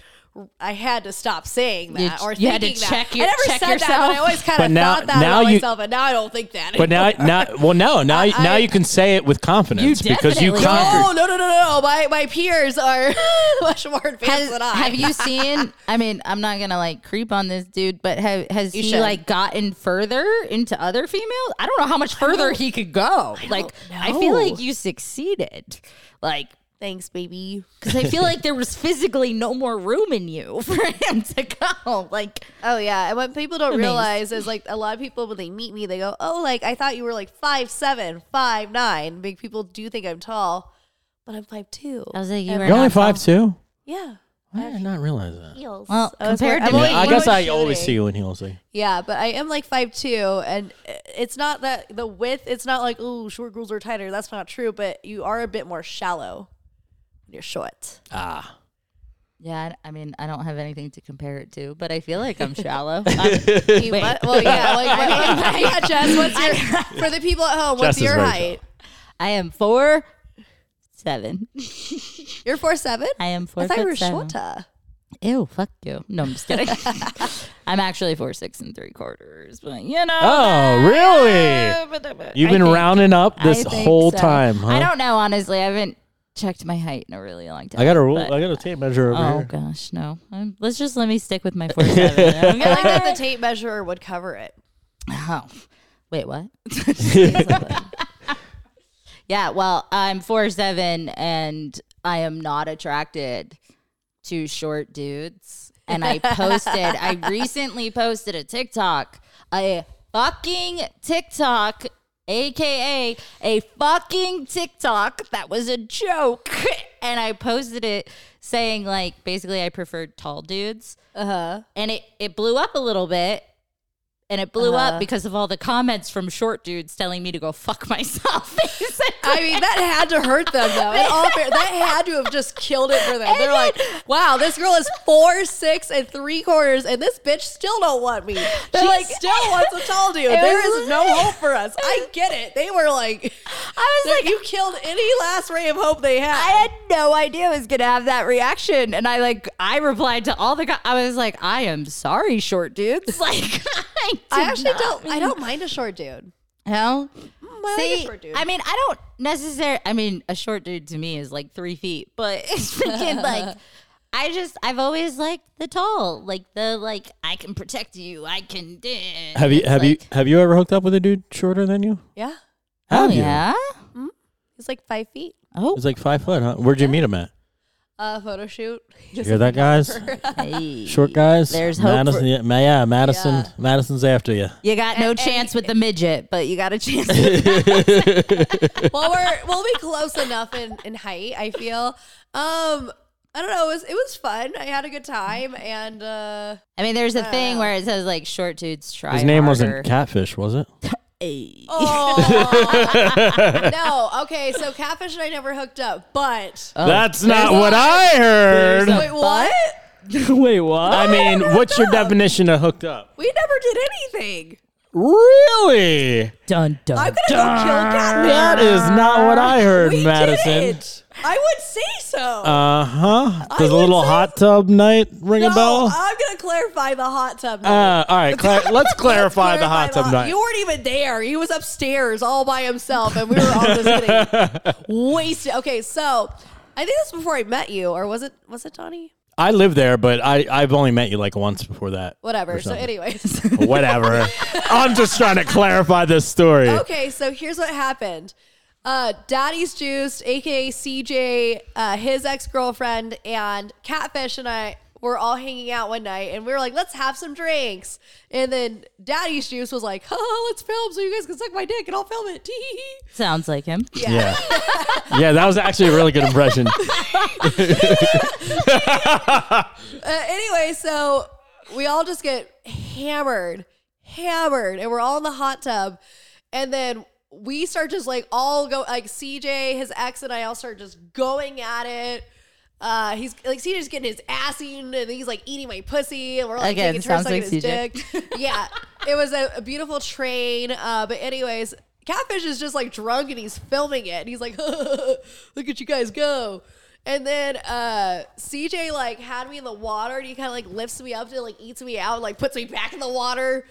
S2: I had to stop saying that
S3: You-
S2: or thinking
S3: you had to
S2: that.
S3: check
S2: I
S3: your-
S2: never
S3: check
S2: said that,
S3: yourself.
S2: but I always kind
S1: But
S2: of
S1: now-
S2: thought that
S1: now
S2: about
S1: you-
S2: myself, and now I don't think that.
S1: But now, now, well, no, now,
S2: I-
S1: now you can say it with confidence
S3: You
S1: because you
S3: definitely-
S1: conquered.
S2: no, Oh, no, no, no, no. My my peers are much more advanced than I.
S3: Have you seen? I mean, I'm not gonna like creep on this dude, but have, has he
S2: should.
S3: like gotten further into other females? I don't know how much further he could go. like, I feel
S2: know.
S3: like you succeeded. Like,
S2: Thanks, baby.
S3: because I feel like there was physically no more room in you for him to go. Like.
S2: Oh yeah, and what people don't
S3: Amazed.
S2: realize is like a lot of people when they meet me, they go, "Oh, like I thought you were like five seven, five nine. Big people do think I'm tall, but I'm five two.
S3: I was like, you
S2: And-
S3: were
S1: You're only
S3: not tall.
S1: five two.
S2: yeah.
S1: I did not realize that.
S2: Heels.
S3: Well,
S2: I was wearing-
S3: compared to
S2: I'm
S3: me-
S2: only-
S1: I
S2: I'm
S1: guess I
S2: only
S1: always
S2: shooting.
S1: see you in heels. Like,
S2: Yeah, but I am like five two, and it's not that the width. It's not like oh, short girls are tighter. That's not true, but you are a bit more shallow when you're short.
S1: ah,
S3: Yeah, I I mean, I don't have anything to compare it to, but I feel like I'm shallow. I'm-
S2: You mu- well, yeah, like what, yeah, Jess. What's your for the people at home?
S1: Jess
S2: What's
S1: is
S2: your
S1: very
S2: height?
S3: I am four seven.
S2: You're four seven.
S3: I am four.
S2: I thought you
S3: foot
S2: were
S3: seven.
S2: shorter.
S3: Ew, fuck you. No, I'm just kidding. I'm actually four six and three quarters, but you know.
S1: Oh, really? you've
S3: I
S1: been
S3: think-
S1: rounding up
S3: I
S1: this
S3: think
S1: whole
S3: so.
S1: time, huh?
S3: I don't know, honestly. I haven't checked my height in a really long time.
S1: I got a rule.
S3: but-
S1: I got a tape measure over
S3: Oh
S1: here.
S3: gosh, no. I'm, let's just let me stick with my four seven. I'm
S2: I like
S3: gonna-
S2: that the tape measure would cover it.
S3: Oh, wait, what? yeah, well, I'm four seven, and I am not attracted to short dudes. And I posted, I recently posted a TikTok, a fucking TikTok, aka a fucking TikTok that was a joke. And I posted it saying, like, basically, I preferred tall dudes.
S2: Uh huh.
S3: And it, it blew up a little bit and it blew up because of all the comments from short dudes telling me to go fuck myself. basically.
S2: I mean, that had to hurt them though. In all fair, that had to have just killed it for them. They're like, "Wow, this girl is four six and three quarters, and this bitch still don't want me. She
S3: like-
S2: still wants a tall dude. There is no hope for us. I get it. They were like,
S3: I was
S2: they're-
S3: like,
S2: you killed any last ray of hope they had.
S3: I had no idea I was gonna have that reaction, and I like I replied to all the guys. I was like, I am sorry, short dudes. Like, I, did
S2: I actually
S3: not
S2: don't. I
S3: mean-
S2: don't mind a short dude.
S3: No.
S2: I like a
S3: See,
S2: short dude.
S3: I mean, I don't necessarily. I mean, a short dude to me is like three feet, but it's freaking like. I just, I've always liked the tall, like the like. I can protect you. I can.
S1: Have you have you have you ever hooked up with a dude shorter than you?
S2: Yeah,
S1: Have you?
S3: oh, yeah.
S2: he's like five feet.
S3: Oh,
S1: It's like five foot, huh? Where'd you meet him at?
S2: Uh, photo shoot.
S1: You hear that, guys?
S3: hey.
S1: Short guys.
S3: There's hope
S1: Madison,
S3: for-
S1: yeah, Ma- yeah, Madison.
S2: Yeah.
S1: Madison's after you.
S3: You got no chance with the midget, but you got a chance. With
S2: well, we're we'll be close enough in, in height. I feel. Um, I don't know. It was it was fun. I had a good time, and uh,
S3: I mean, there's a thing where it says like short dudes try.
S1: His name
S3: harder.
S1: wasn't Catfish, was it?
S4: Hey.
S2: Oh. no, okay. So catfish and I never hooked up, but
S3: Oh.
S1: That's not what I heard.
S2: wait, what?
S4: Wait, what?
S1: I mean, what's your definition of hooked up?
S4: we never did anything.
S1: Really?
S3: Dun dun.
S4: I'm gonna go kill Catman.
S1: That is not what I heard,
S4: We
S1: Madison.
S4: didn't. I would say so.
S1: Uh huh. Does a
S4: would
S1: little
S4: say-
S1: hot tub night ring a
S2: No,
S1: bell?
S2: I'm gonna clarify the hot tub.
S1: Uh,
S2: night.
S1: all right, Cla- let's clarify the hot
S2: Clarify
S1: tub
S2: the-
S1: night.
S2: You weren't even there. He was upstairs all by himself, and we were all just getting wasted. Okay, so I think that's before I met you, or was it? Was it Donnie?
S1: I live there, but I, I've only met you like once before that.
S2: Whatever.
S1: or
S2: So,
S1: something.
S2: anyways.
S1: Whatever. I'm just trying to clarify this story.
S2: okay, so here's what happened. Uh, Daddy's Juiced, aka CJ, uh, his ex girlfriend, and Catfish and I were all hanging out one night, and we were like, "Let's have some drinks." And then Daddy's Juice was like, "Oh, let's film so you guys can suck my dick, and I'll film it."
S3: Sounds like him.
S1: Yeah. yeah, that was actually a really good impression.
S2: uh, anyway, so we all just get hammered, hammered, and we're all in the hot tub, and then we start just like all go like CJ, his ex, and I all start just going at it. Uh, he's like CJ's getting his ass eaten, and he's like eating my pussy, and we're like
S3: Again,
S2: taking turns sucking
S3: sounds like
S2: his
S3: CJ.
S2: dick. yeah, it was a, a beautiful train. Uh, but anyways, Catfish is just like drunk and he's filming it, and he's like, "Look at you guys go." And then uh, CJ like had me in the water, and he kind of like lifts me up and like eats me out, and like puts me back in the water,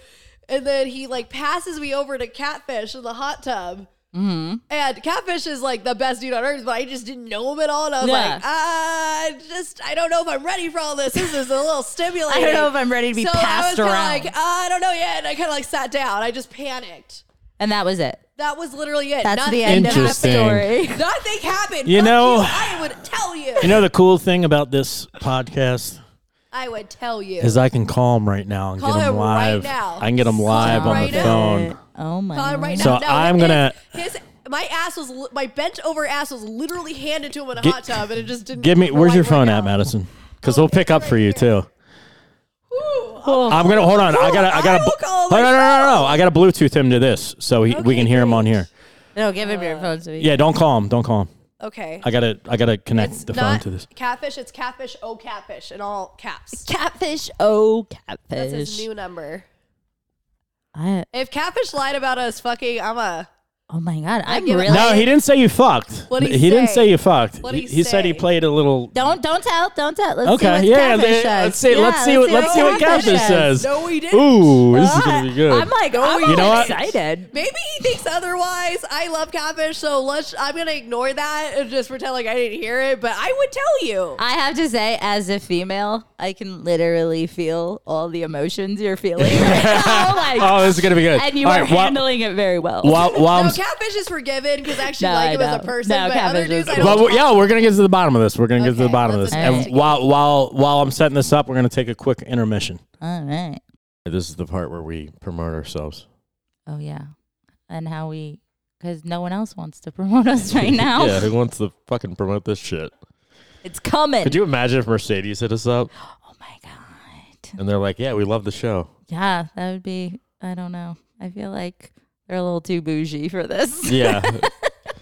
S2: and then he like passes me over to Catfish in the hot tub. And Catfish is like the best dude on earth, but I just didn't know him at all. And I was
S3: Yeah.
S2: like, I just, I don't know if I'm ready for all this. This is a little stimulating.
S3: I don't know if I'm ready to be
S2: so I was
S3: passed
S2: kinda
S3: around.
S2: like, "Ah, I don't know yet. And I kind of like sat down. I just panicked.
S3: and that was it.
S2: That was literally it.
S3: That's
S2: Nothing-
S3: the end of that
S1: Interesting.
S3: story.
S2: Nothing happened.
S1: You
S2: Fuck
S1: know-
S2: I would tell you.
S1: You know, the cool thing about this podcast
S2: I would tell you.
S1: is I can call him right now and
S2: Call
S1: get him
S2: him right
S1: live.
S2: now.
S1: I can get him
S2: Call
S1: live
S2: him
S1: on
S2: right
S1: the
S2: now.
S1: phone.
S3: Oh my.
S2: Call him Uh, right
S1: So
S2: now. No,
S1: I'm
S2: his-
S1: gonna-
S2: His, my ass was, li- my bent over ass was literally handed to him in a
S1: Get-
S2: hot tub, and it just didn't.
S1: Give me,
S2: we're
S1: where's your
S2: live right
S1: phone
S2: now.
S1: at, Madison? Because
S2: Oh,
S1: we'll pick
S2: it's
S1: up
S2: right
S1: for you
S2: here.
S1: too.
S2: Ooh,
S1: I'm gonna hold on. I gotta, I gotta.
S2: I will call
S1: no,
S2: him
S1: no, no, no, no. I gotta Bluetooth him to this so he, we
S2: Okay,
S1: can hear him on
S2: great.
S1: here.
S3: No, give him your phone. So we
S1: Yeah, don't call him. Don't call him.
S2: Okay.
S1: I gotta, I gotta connect
S2: It's
S1: the phone
S2: not
S1: to this.
S2: Catfish, it's catfish, oh catfish, in all caps.
S3: Catfish. Oh,
S2: That's his
S3: catfish.
S2: new number.
S3: I,
S2: If catfish lied about us fucking, I'm a.
S3: oh my god. I'm
S2: give it-
S3: really.
S1: No, he didn't say you fucked.
S2: What'd he
S1: he didn't
S2: say?
S1: say you fucked.
S2: What'd
S1: He,
S2: he
S1: he said he
S2: say?
S1: played a little.
S3: Don't don't tell. Don't tell. Let's see
S1: Okay,
S3: what
S1: yeah,
S3: catfish
S1: let-
S3: says.
S1: let's see. Let's
S3: Yeah,
S1: see what. Let's see what catfish
S3: says.
S1: says.
S2: No, we didn't.
S1: Ooh, this is gonna be good.
S3: I'm like, oh,
S1: You know what?
S3: excited.
S2: Maybe he thinks otherwise. I love catfish, so let's. I'm gonna ignore that and just pretend like I didn't hear it. But I would tell you.
S3: I have to say, as a female, I can literally feel all the emotions you're feeling. right now, like,
S1: oh, this is gonna be good.
S3: and you
S1: All
S3: are
S1: right, while-
S3: handling it very well.
S1: while, while I'm
S2: No,
S1: s-
S2: catfish is forgiven because I actually
S3: Um, No,
S2: like
S3: I
S2: him as a
S3: don't.
S2: person.
S3: No,
S2: but other
S3: Catfish
S2: dudes, I
S3: is-
S2: don't.
S1: Well,
S2: talk-
S1: yeah, we're gonna get to the bottom of this. We're gonna get to the
S2: Okay,
S1: bottom of
S2: let's
S1: this.
S3: investigate.
S1: And while while while I'm setting this up, we're gonna take a quick intermission.
S3: all right.
S1: This is the part where we promote ourselves.
S3: Oh yeah, and how we because no one else wants to promote us right now.
S1: yeah, who wants to fucking promote this shit?
S3: It's coming.
S1: Could you imagine if Mercedes hit us up
S3: oh my god.
S1: and they're like, "Yeah, we love the show."
S3: Yeah, that would be. I don't know. I feel like they're a little too bougie for this.
S1: Yeah.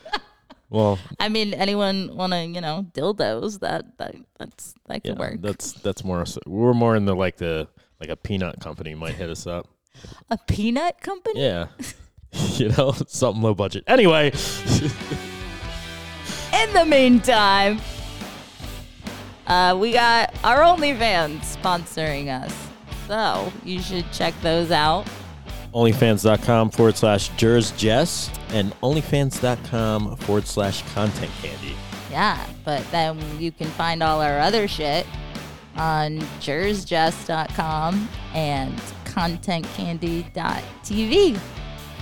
S1: well,
S3: I mean, anyone want to you know dildos that that that's that could
S1: yeah,
S3: work.
S1: that's that's more. us- We're more in the like the like a peanut company might hit us up.
S3: a peanut company.
S1: Yeah. you know, something low budget. Anyway.
S3: In the meantime, uh, we got our OnlyFans sponsoring us, so you should check those out.
S1: OnlyFans.com forward slash Jers Jess and OnlyFans.com forward slash content candy.
S3: Yeah, but then you can find all our other shit on jersjust.com and contentcandy.tv.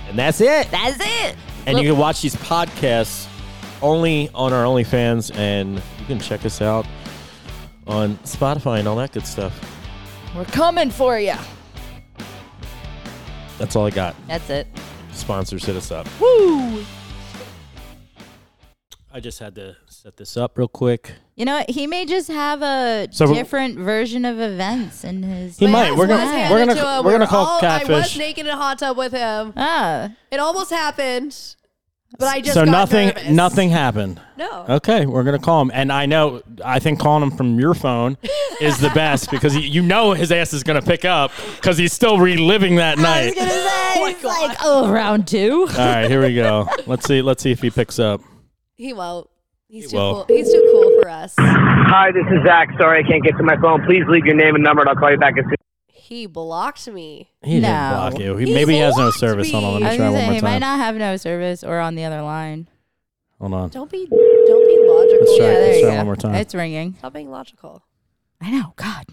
S1: And that's it.
S3: That's it.
S1: And you can watch these podcasts only on our OnlyFans and you can check us out on Spotify and all that good stuff.
S3: We're coming for you.
S1: That's all I got.
S3: That's it.
S1: Sponsors hit us up.
S3: Woo!
S1: I just had to set this up real quick.
S3: You know, what? he may just have a
S1: So we're-
S3: different version of events in his.
S1: He might.
S2: Yes,
S1: We're
S2: was
S1: gonna
S2: handed
S1: we're gonna
S2: to him.
S1: we're gonna
S2: We're
S1: call
S2: all- I was
S1: catfish.
S2: naked in a hot tub with him.
S3: Ah,
S2: It almost happened, but I just
S1: so
S2: got
S1: nothing
S2: nervous.
S1: nothing happened.
S2: No.
S1: Okay, we're gonna call him, and I know I think calling him from your phone is the best because y- you know his ass is gonna pick up because he's still reliving that night.
S3: it's like oh, round two.
S1: All right, here we go. Let's see. Let's see if he picks up.
S2: He won't. He's too
S1: won't.
S2: cool. He's too cool for us.
S5: Hi, this is Zach. Sorry I can't get to my phone. Please leave your name and number, and I'll call you back as soon.
S2: He blocked me.
S1: He didn't
S3: No.
S1: block you. He, maybe he has no
S2: blocked
S1: service. Hold on,
S2: me.
S1: let
S3: I
S1: me
S3: was
S1: try
S3: gonna
S1: one
S3: say
S1: more
S3: he might
S1: time.
S3: not have no service or on the other line.
S1: Hold on.
S2: Don't be don't be logical.
S1: Let's try
S3: Yeah,
S1: it.
S3: there
S1: Let's
S3: you
S1: try
S3: go.
S1: one more time.
S3: It's ringing.
S2: Stop being logical.
S3: I know. God.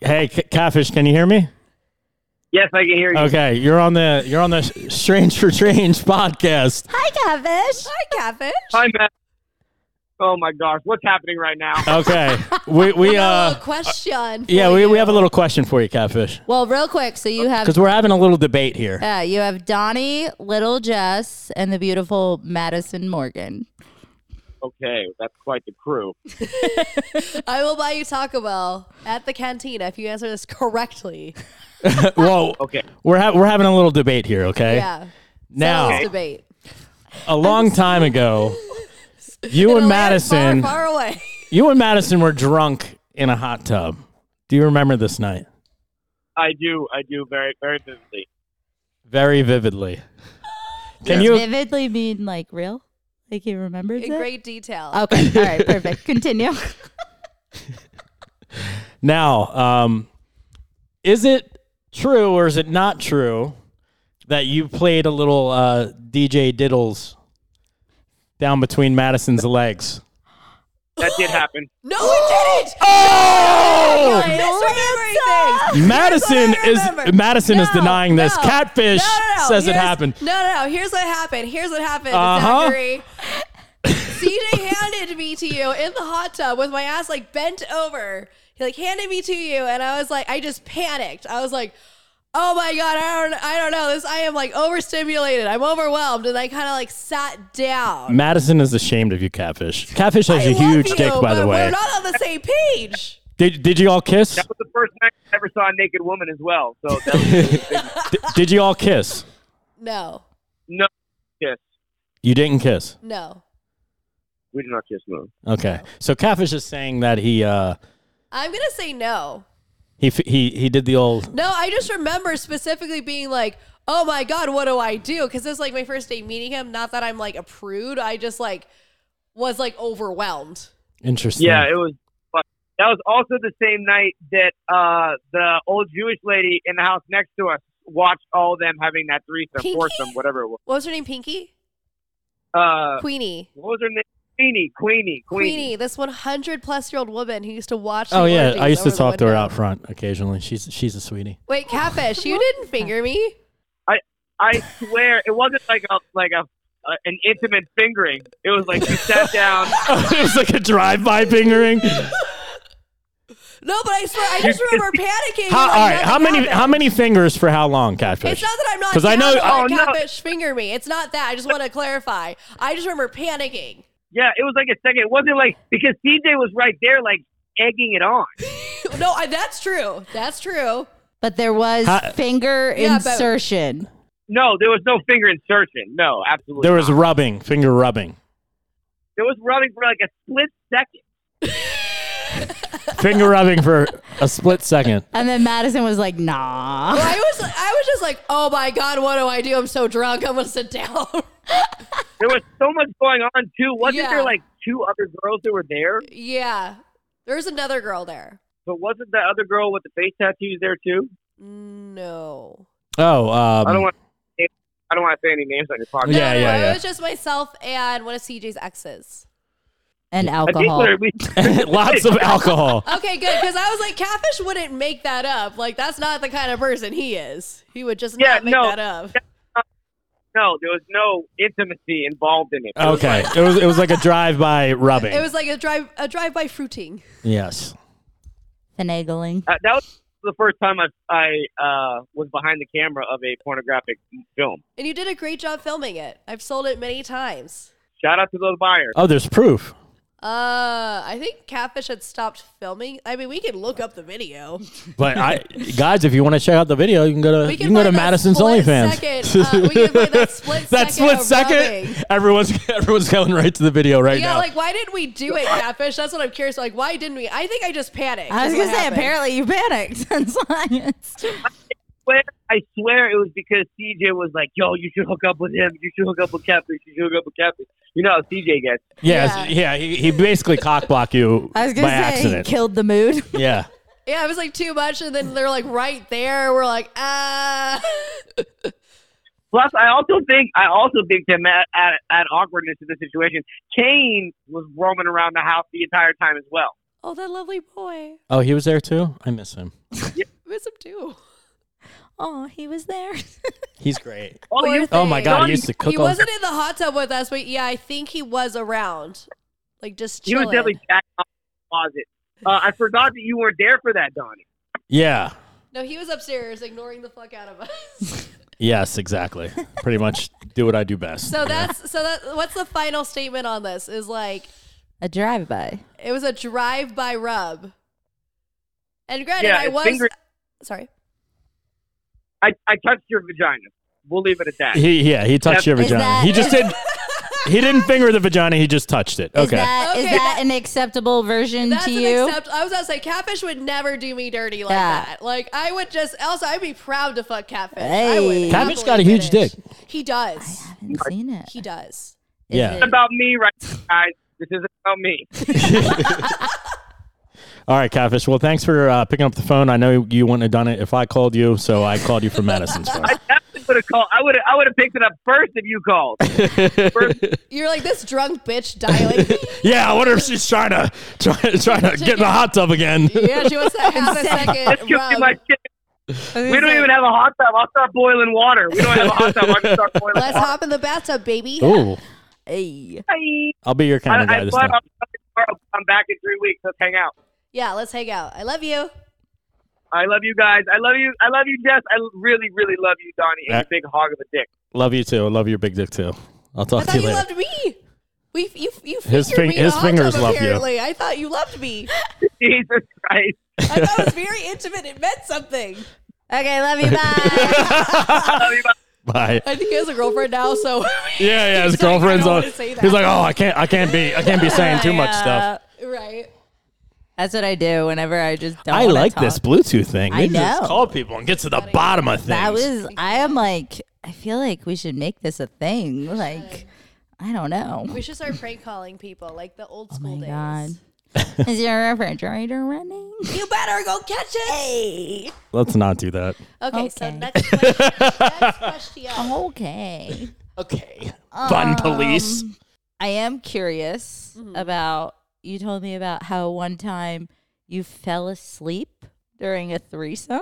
S1: Hey, C- catfish, can you hear me?
S5: Yes, I can hear you.
S1: Okay, you're on the you're on the Strange for Change podcast.
S3: Hi, Catfish.
S2: Hi, catfish.
S5: Hi, Matt. Oh my gosh, what's happening right now?
S1: Okay, we we
S2: Got a
S1: uh
S2: little question.
S1: yeah
S2: for
S1: we, we
S2: you.
S1: have a little question for you, catfish,
S3: Well, real quick. So you have
S1: because we're having a little debate here.
S3: Yeah, you have Donnie, Little Jess, and the beautiful Madison Morgan.
S5: Okay, that's quite the crew.
S2: I will buy you Taco Bell at the cantina if you answer this correctly.
S1: Whoa,
S5: Okay,
S1: we're ha- we're having a little debate here. Okay,
S2: Yeah.
S1: now
S2: That was debate.
S1: a long time ago, you
S2: In
S1: and
S2: a land
S1: Madison,
S2: Far, far away.
S1: you and Madison were drunk in a hot tub. Do you remember this night?
S5: I do, I do very, very vividly.
S1: Very vividly. Can
S3: Does
S1: you
S3: vividly mean like real? Like he remembers
S2: In
S3: it? Oh.
S2: great detail.
S3: Okay, all right, perfect. Continue.
S1: Now, um, is it true or is it not true that you played a little uh, DJ Diddles down between Madison's legs?
S5: That did happen.
S2: no, it didn't.
S1: Oh!
S2: I misremembering things.
S1: Madison
S2: Here's
S1: is
S2: what I remember.
S1: Madison is
S2: No,
S1: denying this.
S2: no,
S1: Catfish
S2: no, no, no.
S1: says it
S2: Here's-
S1: happened.
S2: No, no, no. Here's what happened. Here's what happened,
S1: Uh-huh.
S2: Zachary. CJ handed me to you in the hot tub with my ass like bent over. He like handed me to you, and I was like, I just panicked. I was like, oh my god, I don't, I don't know this. I am like overstimulated. I'm overwhelmed, and I kind of like sat down.
S1: Madison is ashamed of you, Catfish. Catfish has
S2: I
S1: a
S2: love
S1: huge
S2: you,
S1: dick, by the
S2: but
S1: way.
S2: We're not on the same page.
S1: did Did you all kiss?
S5: That was the first time I ever saw a naked woman as well. So that was
S1: D- did you all kiss?
S2: No,
S5: no kiss.
S1: You didn't kiss.
S2: no.
S5: We did not kiss, no.
S1: Okay, so Catfish is saying that he uh,
S2: I'm gonna say no.
S1: he f- he he did the old
S2: No, I just remember specifically being like, "Oh my god, what do I do?" Because this is like my first day meeting him. Not that I'm like a prude. I just like was like overwhelmed.
S1: interesting.
S5: Yeah, it was. fun. That was also the same night that uh, the old Jewish lady in the house next to us watched all of them having that threesome,
S2: Pinky?
S5: foursome, whatever it was.
S2: What was her name? Pinky,
S5: Uh,
S2: Queenie,
S5: what was her name? Queenie, Queenie,
S2: Queenie.
S5: Queenie.
S2: This 100 plus year old woman who used to watch. the
S1: Oh yeah,
S2: orgies
S1: I used to
S2: over the
S1: talk to her
S2: window.
S1: out front occasionally. She's she's a sweetie.
S2: Wait, catfish, you didn't finger me.
S5: I swear, it wasn't like a like a uh, an intimate fingering. It was like she sat down.
S1: it was like a drive-by fingering. how,
S2: No, but I swear, I just remember panicking.
S1: all
S2: and,
S1: right,
S2: like, nothing
S1: how many
S2: happened.
S1: how many fingers for how long,
S2: It's
S1: catfish?
S2: not that I'm not
S1: 'Cause I know-
S2: down to
S5: Oh,
S2: let
S5: no.
S2: catfish finger me. It's not that. I just want to clarify. I just remember panicking.
S5: Yeah, it was like a second. It wasn't like because CJ was right there, like egging it on.
S2: No, I, that's true. That's true.
S3: But there was
S1: Hi-
S3: finger
S2: Yeah, but-
S3: insertion.
S5: No, there was no finger insertion. No, absolutely.
S1: there was
S5: not.
S1: rubbing, finger rubbing,
S5: there was running for like a split second.
S1: finger rubbing for a split second.
S3: And then Madison was like, nah.
S2: I was I was just like, oh my god, what do I do? I'm so drunk. I'm gonna sit down.
S5: There was so much going on too. Wasn't
S2: Yeah.
S5: there like two other girls that were there?
S2: yeah, there's another girl there.
S5: But wasn't the other girl with the face tattoos there too?
S2: No.
S1: Oh, um,
S5: I don't want. I don't want to say any names on your podcast.
S1: Yeah,
S2: no, no,
S1: yeah,
S2: no,
S1: yeah.
S2: It was just myself and one of CJ's exes.
S3: And
S5: I think
S3: alcohol.
S5: there at least
S1: lots of alcohol.
S2: Okay, good. Because I was like, Catfish wouldn't make that up. Like, that's not the kind of person he is. He would just
S5: Yeah,
S2: not make
S5: no.
S2: that up.
S5: no, there was no intimacy involved in it. It was
S1: Okay,
S5: like,
S1: it was it was like a drive-by rubbing.
S2: It was like a drive a drive by fruiting.
S1: yes.
S3: Finagling.
S5: uh, that was the first time I, I uh, was behind the camera of a pornographic film.
S2: And you did a great job filming it. I've sold it many times.
S5: Shout out to those buyers.
S1: Oh, there's proof.
S2: Uh, I think Catfish had stopped filming. I mean, we can look up the video.
S1: But I, guys, if you want to check out the video, you can go to
S2: We
S1: you can go
S2: play
S1: to
S2: that
S1: Madison's
S2: split
S1: OnlyFans.
S2: Second. Uh, we can play that split
S1: That
S2: second.
S1: split
S2: of
S1: second,
S2: rubbing.
S1: everyone's everyone's going right to the video right
S2: Yeah,
S1: now.
S2: like why didn't we do it, Catfish? That's what I'm curious. Like, why didn't we? I think I just panicked.
S3: I was
S2: is
S3: gonna
S2: what
S3: say,
S2: happened.
S3: apparently you panicked on science.
S5: swear, I swear it was because CJ was like, "Yo, you should hook up with him. You should hook up with Catfish. You should hook up with Catfish." You know how CJ gets.
S1: yeah, yeah. he, he basically cockblocked you
S3: I was
S1: by
S3: gonna say
S1: accident.
S3: killed the mood.
S1: yeah.
S2: Yeah, it was like too much, and then they're like right there. We're like, ah.
S5: Plus, I also think I also think to add, add, add awkwardness to the situation, Kane was roaming around the house the entire time as well.
S2: oh, that lovely boy.
S1: Oh, he was there too. I miss him.
S2: Miss him too.
S3: oh, he was there.
S1: He's great.
S5: Oh, you
S1: Oh my god, he used to cook.
S2: he
S1: all-
S2: wasn't in the hot tub with us, but yeah, I think he was around. Like just
S5: He was
S2: chilling.
S5: definitely jacking off in the closet. Uh, I forgot that you weren't there for that, Donnie.
S1: yeah.
S2: no, he was upstairs ignoring the fuck out of us.
S1: Yes, exactly. Pretty much do what I do best.
S2: so that's so that what's the final statement on this is like
S3: a drive by.
S2: it was a drive by rub. And granted
S5: Yeah,
S2: I
S5: it's
S2: was
S5: finger-
S2: sorry.
S5: I, I touched your vagina. We'll leave it at that.
S1: he yeah, he touched your
S3: Is
S1: vagina.
S3: that-
S1: he just did he didn't finger the vagina, he just touched it.
S3: Is
S1: Okay.
S3: that is
S2: Okay.
S3: that an acceptable version
S2: That's
S3: to
S2: an
S3: you?
S2: accept I was gonna say catfish would never do me dirty like
S3: Yeah.
S2: that. Like I would just also I'd be proud to fuck catfish. I
S3: Hey.
S2: would
S1: Catfish
S2: happily
S1: got a huge
S2: finish.
S1: dick.
S2: He does.
S3: I haven't seen it.
S2: He does.
S3: Is
S1: Yeah.
S3: it-
S5: It's about me, right, now, guys? This isn't about me.
S1: All right, Catfish. Well, thanks for uh, picking up the phone. I know you wouldn't have done it if I called you, so I called you from Madison's phone.
S5: I would have called. I would. I would have picked it up first if you called. First,
S2: You're like this drunk bitch dialing me.
S1: Yeah, I wonder if she's trying to trying, trying to get in the hot tub again.
S2: Yeah, she wants to have a second
S5: give me
S2: rub.
S5: my shit. We don't even have a hot tub. I'll start boiling water. We don't have a hot tub. I'll just start boiling
S2: Let's
S5: water.
S2: hop in the bathtub, baby.
S1: Ooh,
S3: Hey.
S5: Bye.
S1: I'll be your kind of
S5: I,
S1: guy
S5: I
S1: this
S5: plan
S1: time.
S5: on coming tomorrow. I'm back in three weeks. Let's hang out.
S2: Yeah, let's hang out. I love you.
S5: I love you guys. I love you. I love you, Jess. I really, really love you, Donnie. And
S1: Uh,
S5: you big hog of a dick.
S1: Love you too. Love your big dick too. I'll
S2: I
S1: talk
S2: thought
S1: to you
S2: you
S1: later.
S2: loved me. We, you, you
S1: His
S2: fingered
S1: fing-
S2: me in
S1: his
S2: a hot tub,
S1: fingers love you.
S2: Apparently, I thought you loved me.
S5: Jesus Christ.
S2: I thought it was very intimate. It meant something.
S3: Okay, love you. Bye.
S5: Love you, bye.
S1: Bye.
S2: I think he has a girlfriend now, so
S1: Yeah, yeah. His
S2: He's like, I don't
S1: girlfriend's on.
S2: wanna say that.
S1: He's like, oh, I can't, I can't be, I can't be saying too much stuff.
S2: right.
S3: That's what I do whenever I just don't.
S1: I
S3: wanna
S1: like
S3: talk.
S1: this Bluetooth thing.
S3: I
S1: They just
S3: know.
S1: call people and get to the bottom of things.
S3: That was. I am like. I feel like we should make this a thing. Like, I don't know.
S2: We should start prank calling people like the old
S3: Oh
S2: school
S3: my
S2: days.
S3: god. Is your refrigerator running?
S2: You better go catch it. Hey.
S1: Let's not do that.
S2: Okay, so
S3: Okay.
S2: next question. next question.
S3: Okay. Uh,
S1: Okay. Fun
S3: Um,
S1: police.
S3: I am curious
S2: Mm-hmm.
S3: about. You told me about how one time you fell asleep during a threesome.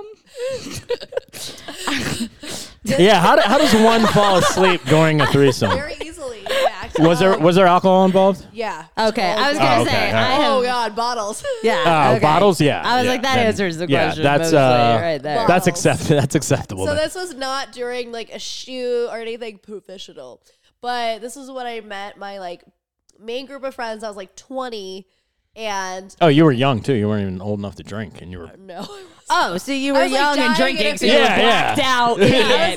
S1: Yeah. How, do, how does one fall asleep during a threesome?
S2: Very easily. in fact. Um,
S1: Was there was there alcohol involved?
S2: Yeah.
S3: Okay, I was gonna
S1: Oh, okay,
S3: say
S1: all right.
S3: I have
S2: Oh god, bottles.
S3: Yeah.
S1: Uh,
S3: okay.
S1: Bottles, yeah.
S3: I was
S1: yeah,
S3: like, that
S1: then-
S3: answers the
S1: yeah,
S3: question.
S1: That's
S3: mostly,
S1: uh,
S3: right there.
S1: that's
S2: Bottles.
S1: accept that's acceptable.
S2: So
S1: then.
S2: this was not during like a shoe or anything professional, but this is when I met my like main group of friends. I was like 20, and
S1: oh, you were young too. You weren't even old enough to drink, and you were.
S2: no,
S3: oh, so you were
S2: was, like,
S3: young and
S2: dying
S3: drinking,
S2: in
S3: so
S2: a
S3: you were
S1: field. Yeah,
S3: blacked out,
S2: I was
S3: idiot,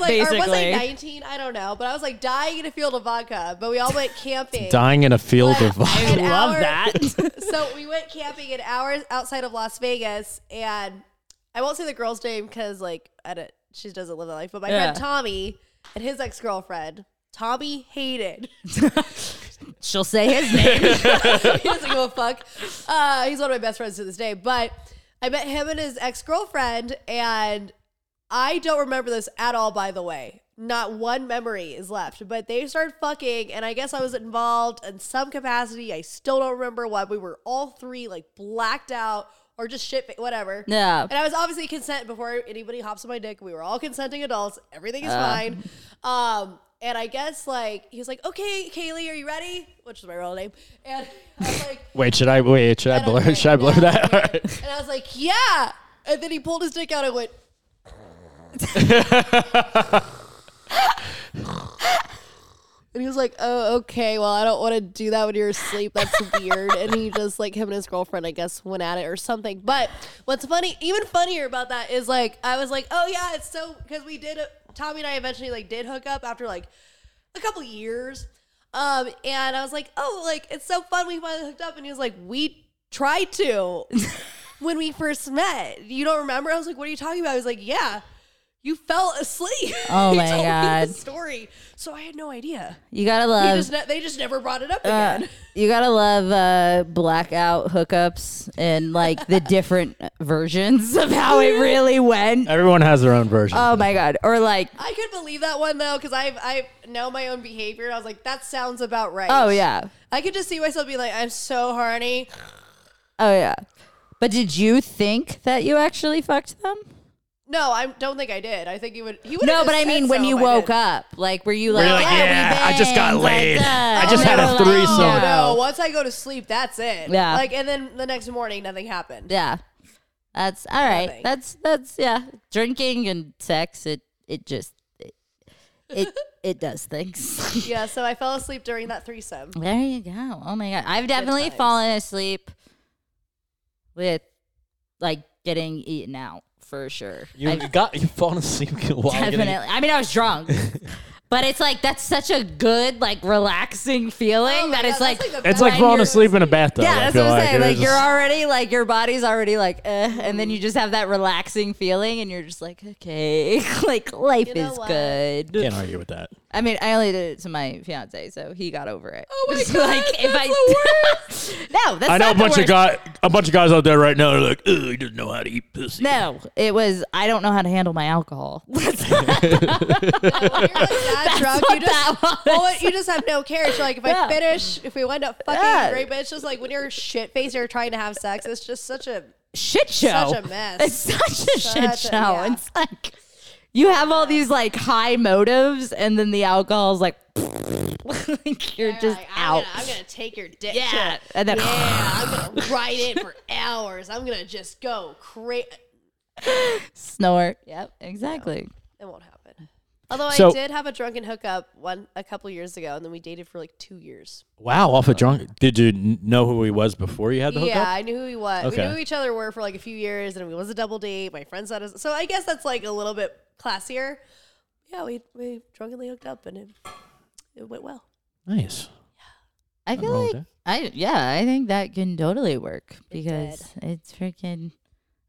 S2: like, or was I
S3: basically.
S2: 19? I don't know, but I was like dying in a field of vodka. But we all went camping.
S1: Dying in a field
S2: But
S1: of
S2: I
S1: vodka.
S2: love
S3: that.
S2: so we went camping an hour outside of Las Vegas, and I won't say the girl's name because like I don't, she doesn't live that life. But my
S3: Yeah.
S2: friend Tommy and his ex girlfriend, Tommy hated.
S3: She'll say his name.
S2: he doesn't give a fuck. Uh, he's one of my best friends to this day. But I met him and his ex girlfriend, and I don't remember this at all. By the way, not one memory is left. But they started fucking, and I guess I was involved in some capacity. I still don't remember what. We were all three like blacked out or just shit, whatever.
S3: Yeah.
S2: And I was obviously consent before anybody hops on my dick. We were all consenting adults. Everything is fine. Um, and I guess like he was like, "Okay, Kaylee, are you ready?" Which is my real name. And I was like,
S1: Wait, should I wait? Should I
S2: And I'm
S1: blow?
S2: like,
S1: Should I blow
S2: "No."
S1: that? All right.
S2: And I was like, "Yeah." And then he pulled his dick out and went, and he was like, "Oh, okay. Well, I don't want to do that when you're asleep. That's weird." and he just like him and his girlfriend, I guess, went at it or something. But what's funny, even funnier about that is like I was like, "Oh yeah, it's so because we did uh, Tommy and I eventually like did hook up after like a couple years." Um, and I was like, "Oh, like it's so fun. We finally hooked up." And he was like, "We tried to." when we first met. You don't remember? I was like, what are you talking about? He was like, yeah, you fell asleep.
S3: Oh
S2: He
S3: my
S2: told me
S3: God.
S2: the story. So I had no idea.
S3: You gotta
S2: He
S3: love.
S2: just ne- they just never brought it up
S3: uh,
S2: again.
S3: you gotta love uh, blackout hookups and like the different versions of how it really went.
S1: Everyone has their own version.
S3: Oh my god! Or like,
S2: I could believe that one though, because I I know my own behavior. And I was like, that sounds about right.
S3: oh yeah,
S2: I could just see myself being like, I'm so horny.
S3: oh yeah. But did you think that you actually fucked them?
S2: No, I don't think I did. I think he would. He would.
S3: No, but I mean, when you woke up, like, were you like,
S1: like,
S3: "Yeah, we
S1: "Yeah, I just got
S3: banged, like
S1: laid.
S3: that?"
S1: I just had
S3: And they
S1: a
S3: were like,
S1: threesome.
S2: Oh,
S3: "No."
S2: no. Once I go to sleep, that's it.
S3: Yeah.
S2: Like, and then the next morning, nothing happened.
S3: Yeah. That's all right.
S2: Nothing.
S3: That's that's yeah. Drinking and sex, it it just it it, it does things.
S2: Yeah. So I fell asleep during that threesome.
S3: there you go. Oh my god. I've definitely
S2: times.
S3: fallen asleep with like getting eaten out for sure.
S1: you
S3: I've
S1: got you fallen asleep while getting-
S3: definitely I mean I was drunk. But it's like that's such a good, like relaxing feeling
S2: Oh my
S3: that
S2: God,
S3: it's
S2: that's
S3: like,
S2: the
S1: It's
S2: best.
S1: like
S3: When
S1: falling
S3: you're-
S1: asleep in a bathtub.
S3: Yeah,
S1: I
S3: that's
S1: feel
S3: what I'm saying.
S1: It
S3: Like
S1: was
S3: you're
S1: just-
S3: already like your body's already like, uh, and then you just have that relaxing feeling, and you're just like, okay, like life
S2: You know
S3: is
S2: what?
S3: good.
S1: can't argue with that.
S3: I mean, I only did it to my fiance, so he got over it. Oh
S4: my God,
S3: that's the worst. no, that's
S1: I know a
S3: not the
S1: bunch of
S3: worst.
S1: guy, a bunch of guys out there right now are like, "Ugh, he doesn't know how to eat pussy."
S3: No, it was I don't know how to handle my alcohol. that's
S2: When you're like that drunk,
S3: what
S2: you just
S3: that was.
S2: well, what- you just have no care. So like if
S3: Yeah.
S2: I finish, if we wind up fucking
S3: Yeah.
S2: great, but it's just like when you're shit faced or trying to have sex, it's just such a
S3: shit show.
S2: Such a mess.
S3: It's such a shit
S2: Such a-
S3: show.
S2: yeah.
S3: It's like you have all these like high motives, and then the alcohol's like, like you're just
S2: like,
S3: out.
S2: I'm gonna take your dick.
S3: yeah,
S2: to-
S3: and then
S2: yeah, I'm gonna ride it for hours. I'm gonna just go crazy.
S3: snort. Yep, exactly.
S2: It won't happen. Although I
S1: So-
S2: did have a drunken hookup one a couple years ago, and then we dated for like two years.
S1: Wow, off a drunk. Did you n- know who he was before you had the
S2: Yeah,
S1: hookup?
S2: I knew who he was. We
S1: Okay.
S2: knew who each other were for like a few years, and it was a double date. My friends had us, so I guess that's like a little bit classier. Yeah, we we drunkenly hooked up, and it it went well.
S1: Nice.
S3: I
S1: Nothing
S3: feel
S1: wrong with
S3: like I yeah, I think that can totally work because it's freaking.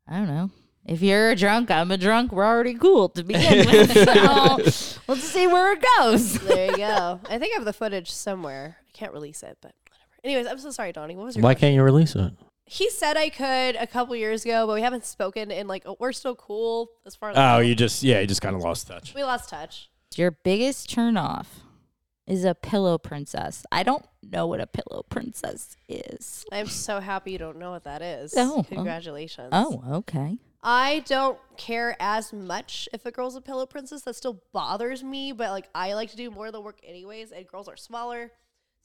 S3: I don't know. If you're a drunk, I'm a drunk. We're already cool to begin with. So let's see where it goes.
S2: There you go. I think I have the footage somewhere. I can't release it, but whatever. Anyways, I'm so sorry, Donnie. What was your?
S1: Why
S2: question?
S1: can't you release it?
S2: He said I could a couple years ago, but we haven't spoken. And like, oh, we're still cool as far as
S1: Oh, you just yeah, you just kind of lost touch.
S2: we lost touch.
S3: Your biggest turnoff is a pillow princess. I don't know what a pillow princess is.
S2: I'm so happy you don't know what that is.
S3: Oh, well.
S2: congratulations.
S3: Oh, okay.
S2: I don't care as much if a girl's a pillow princess. That still bothers me, but like I like to do more of the work anyways, and girls are smaller,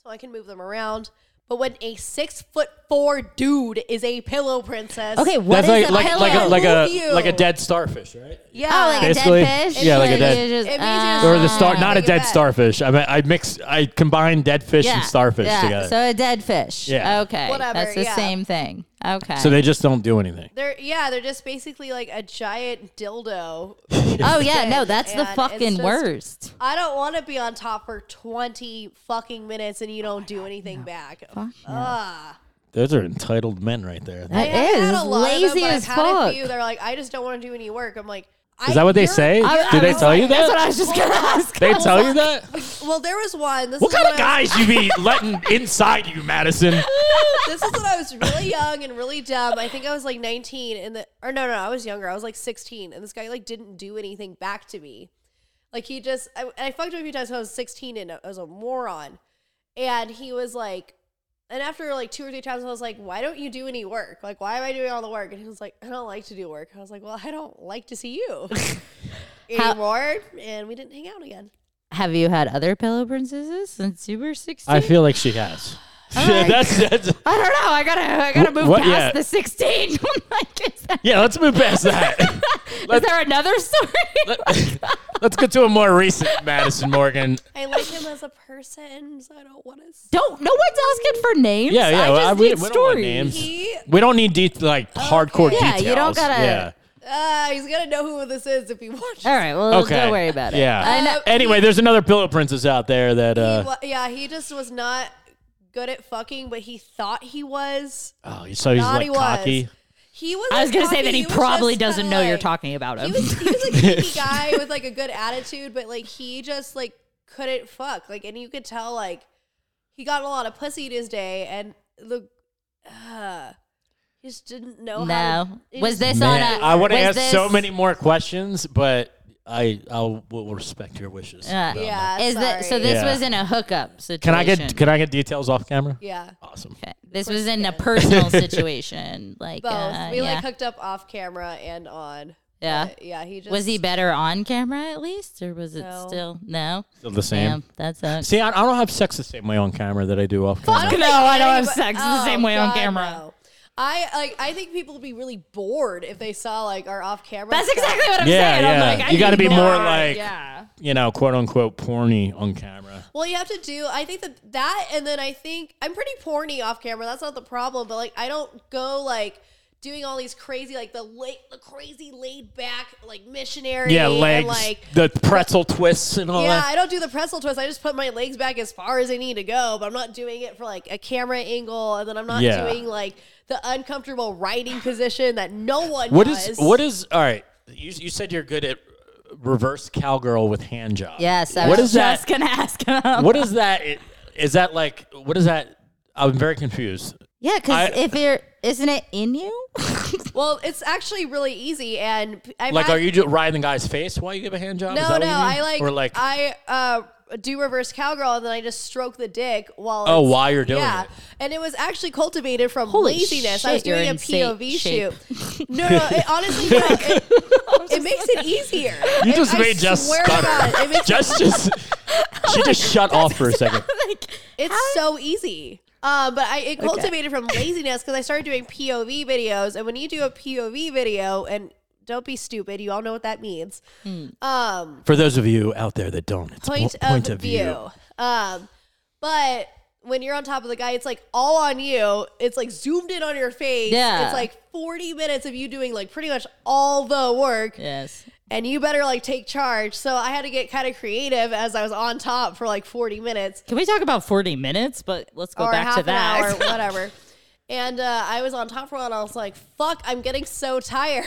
S2: so I can move them around. But when a six foot four dude is a pillow princess,
S3: Okay, oh, what is
S1: That's like
S3: a
S1: like
S3: pillow?
S1: like a like
S2: Love
S1: a
S2: you.
S1: like a dead starfish, right?
S2: yeah,
S3: oh, like
S1: Basically,
S3: a dead fish.
S1: yeah, like a
S3: Like,
S1: dead-
S3: you just- uh,
S2: It means you're
S1: Or the
S2: Ah.
S1: star, not a
S2: Like a
S1: dead
S2: bat.
S1: starfish. I mean, I mix, I combine dead fish and starfish
S3: yeah.
S1: together, so,
S3: So a dead fish.
S1: Yeah.
S3: Okay.
S2: Whatever,
S3: That's the
S2: yeah.
S3: same thing. Okay.
S1: they just don't do anything.
S2: they're yeah, they're just basically like a giant dildo.
S3: oh yeah, no,
S2: fish,
S3: that's the
S2: and it's
S3: fucking
S2: just-
S3: worst.
S2: I don't want to be on top for twenty fucking minutes and you don't do anything back. Ah.
S1: Those are entitled men right there.
S3: That
S2: I haven't
S3: is
S2: had a lot
S3: lazy
S2: of them, but
S3: as
S2: I've had
S3: fuck.
S2: a few. They're like, I just don't want to do any work. I'm like, I,
S1: Is that what they
S2: you're-
S1: say?
S2: you're-
S1: Do they
S2: I'm
S1: tell you
S2: like-
S1: that?
S3: That's what I was just gonna ask.
S1: They tell you that?
S2: Well, there was one. This
S1: What
S2: is
S1: kind of
S2: when I was-
S1: guys you be letting inside you, Madison?
S2: This is when I was really young and really dumb. I think I was like 19, and the or no, no, I was younger. I was like 16, and this guy like didn't do anything back to me. Like he just, I, I fucked him a few times when I was 16, and I was a moron. And he was like, and after like two or three times, I was like, why don't you do any work? Like, why am I doing all the work? And he was like, I don't like to do work. I was like, well, I don't like to see you anymore. and we didn't hang out again.
S3: Have you had other pillow princesses since you were 16?
S1: I feel like she has. yeah,
S3: right.
S1: that's, that's
S3: I don't know. I gotta, I gotta
S1: Wh-
S3: move
S1: what-
S3: past
S1: yeah.
S3: the 16. I'm like, is, that,
S1: yeah. Let's move past that.
S3: is there another story?
S1: let's get to a more recent Madison Morgan.
S2: I like him as a person, so I don't want to.
S3: don't. No one's asking for names.
S1: Yeah, yeah.
S3: I
S1: well,
S3: just
S1: I- we, we
S3: need
S1: don't want
S3: stories.
S1: names.
S2: He,
S1: We don't need de- like hardcore
S3: Yeah,
S1: details.
S3: you don't gotta-
S1: Yeah.
S2: uh, he's gonna know who this is if he watches.
S3: All right. Well,
S1: Okay.
S3: don't worry about it.
S1: Yeah.
S3: I know.
S1: Anyway, there's another pillow princess out there that.
S2: He
S1: Uh,
S2: wa- yeah, he just was not good at fucking, but he thought he was.
S1: oh, so he's
S2: Thought
S1: like
S2: he was.
S1: cocky.
S2: Uh, He was.
S3: I was gonna
S2: cocky,
S3: say that he
S2: was
S3: probably
S2: just
S3: doesn't
S2: kinda
S3: know you're
S2: like-
S3: talking about him.
S2: He was, he was a geeky guy with like a good attitude, but like he just like couldn't fuck. Like, and you could tell like he got a lot of pussy in his day, and the uh, he just didn't know. how
S3: no.
S2: to- he
S3: Was
S2: just-
S3: this on
S1: Man,
S3: a?
S1: I want to
S3: was
S1: ask so
S3: this- uh,
S1: many more questions, but I I'll will respect your wishes.
S3: Uh,
S1: about that.
S2: Yeah.
S3: Is that so?
S2: sorry.
S3: This
S1: Yeah.
S3: was in a hookup situation.
S1: Can I get can I get details off camera?
S2: Yeah.
S1: Awesome.
S3: Okay. This was in a personal situation. Like
S2: Both.
S3: uh,
S2: we
S3: yeah.
S2: like hooked up off camera and on.
S3: yeah.
S2: But, yeah. He just
S3: was he better on camera at least, or was it
S2: No.
S3: still no?
S1: Still the same.
S3: Damn, that sucks.
S1: See, I, I don't have sex the same way on camera that I do off camera.
S3: No,
S2: think
S3: I don't have
S2: anybody-
S3: sex the
S2: Oh,
S3: same way on
S2: God,
S3: camera.
S2: no. I like. I think people would be really bored if they saw like our off camera.
S3: That's exactly what I'm
S1: Yeah,
S3: saying.
S1: yeah.
S3: I'm like, I
S1: You gotta be
S3: need
S1: more like-
S3: yeah.
S1: You know, quote unquote porny on camera.
S2: Well, you have to do. I think that that, and then I think I'm pretty porny off camera. That's not the problem, but like I don't go like doing all these crazy like the late the crazy laid back like missionary.
S1: Yeah, legs,
S2: And, like
S1: the pretzel twists and all
S2: yeah,
S1: that.
S2: I don't do the pretzel twist. I just put my legs back as far as they need to go, but I'm not doing it for like a camera angle, and then I'm not
S1: Yeah.
S2: doing like the uncomfortable riding position that no one
S1: What
S2: does.
S1: is what is all right? You, you said you're good at reverse cowgirl with hand job.
S3: Yes, I
S1: What
S3: was
S1: is that?
S3: just gonna ask him.
S1: What is that? Is that like what is that? I'm very confused.
S3: Yeah,
S1: I-
S3: because if you're, isn't it in you?
S2: Well, it's actually really easy, and p- I've
S1: Like,
S2: had-
S1: are you just riding the guy's face while you give a hand job? Is
S2: No,
S1: that
S2: no,
S1: what you mean?
S2: I like,
S1: or like
S2: I uh do reverse cowgirl and then I just stroke the dick while
S1: Oh,
S2: it's-
S1: while you're doing
S2: yeah.
S1: it.
S2: and it was actually cultivated from
S3: Holy
S2: laziness. I was
S3: shit, you're
S2: doing a
S3: in sa-
S2: POV
S3: shape.
S2: shoot. No, no, it, honestly, no, it, it makes it easier.
S1: you just
S2: I
S1: made Jess
S2: swear to God, it
S1: stutter.
S2: makes-
S1: Jess just she just shut off for a second.
S2: It's so easy. Um, but I it cultivated from laziness because I started doing POV videos, and when you do a POV video, and don't be stupid, you all know what that means. Um,
S1: For those of you out there that don't, it's
S2: point,
S1: po- point
S2: of, view. Um, but when you're on top of the guy, it's like all on you. It's like zoomed in on your face.
S3: Yeah.
S2: It's like 40 minutes of you doing like pretty much all the work,
S3: yes.
S2: and you better like take charge. So I had to get kind of creative as I was on top for like 40 minutes
S3: Can we talk about 40 minutes? But let's go
S2: or
S3: back
S2: half
S3: to
S2: an hour,
S3: that.
S2: whatever. And uh, I was on top for a while, and I was like, "Fuck, I'm getting so tired."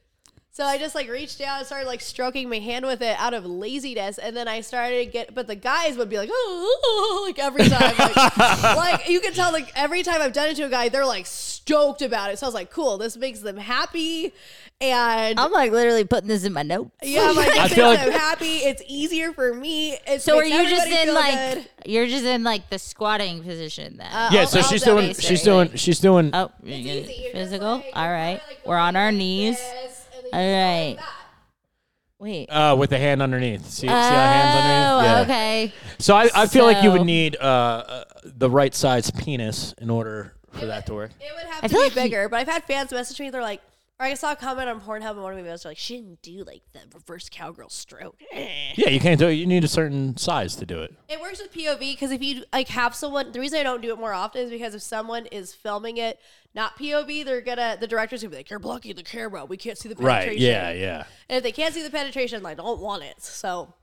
S2: so I just like reached down and started like stroking my hand with it out of laziness, and then I started to get. But the guys would be like, "Oh," like every time, like, like you can tell, like every time I've done it to a guy, they're like stoked about it. So I was like, "Cool, this makes them happy," and.
S3: I'm like literally putting this in my notes.
S2: yeah, I'm like,
S1: I
S2: this makes
S1: feel like-
S2: them happy. It's easier for me. It
S3: So are
S2: makes
S3: you just
S2: everybody
S3: in
S2: feel
S3: like
S2: good.
S3: you're just in like the squatting position then?
S1: Yeah,
S2: I'll-
S1: so
S2: I'll
S1: she's
S2: donate
S1: doing
S2: to
S1: she's
S2: it.
S1: doing she's doing
S3: oh, you're gonna-
S2: It's easy. You're just
S3: physical.
S2: like-
S3: All right,
S2: like
S3: we're on our
S2: like
S3: knees.
S2: this, and then
S3: All
S2: you go like
S3: right.
S2: that.
S3: Wait.
S1: uh, with the hand underneath. See, see
S3: oh,
S1: how hands underneath? Yeah.
S3: okay.
S1: So I, I feel like you would
S3: So-
S1: need uh, uh, the right size penis in order for that to work.
S2: It would have to
S3: I feel
S2: be
S3: like he-
S2: bigger, but I've had fans message me. They're like, or I saw a comment on Pornhub and one of my videos. They're like, she didn't do like the reverse cowgirl stroke. Eh.
S1: Yeah, you can't do it. You need a certain size to do it.
S2: It works with POV because if you like have someone, the reason I don't do it more often is because if someone is filming it not POV, they're gonna the director's gonna be like, you're blocking the camera. We can't see the penetration.
S1: Right. Yeah. Yeah.
S2: And if they can't see the penetration, I don't want it. So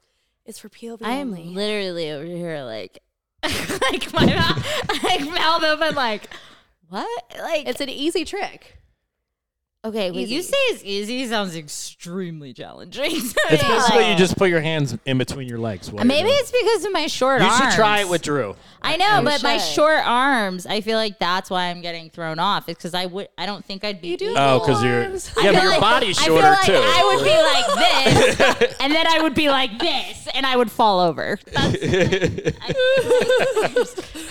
S2: it's for POV.
S3: I am
S2: only.
S3: literally over here like like my mouth like mouth open like what? Like
S2: It's an easy trick.
S3: okay, what you
S2: easy.
S3: say is easy sounds extremely challenging. to
S1: It's
S3: me,
S1: basically
S3: like-
S1: you just put your hands in between your legs. while you're
S3: Maybe
S1: doing
S3: it's because of my short
S1: it. you should
S3: arms.
S1: try it with Drew.
S3: I know, but my
S2: should.
S3: short arms. I feel like that's why I'm getting thrown off. It's because I would. I don't think I'd be.
S2: You do
S3: able-
S1: Oh, because you're
S2: Arms.
S1: yeah,
S3: I
S1: but
S3: feel
S1: your
S3: like-
S1: body's
S3: I feel
S1: shorter
S3: like
S1: too.
S3: I would be like this, and then I would be like this, and I would fall over. That's,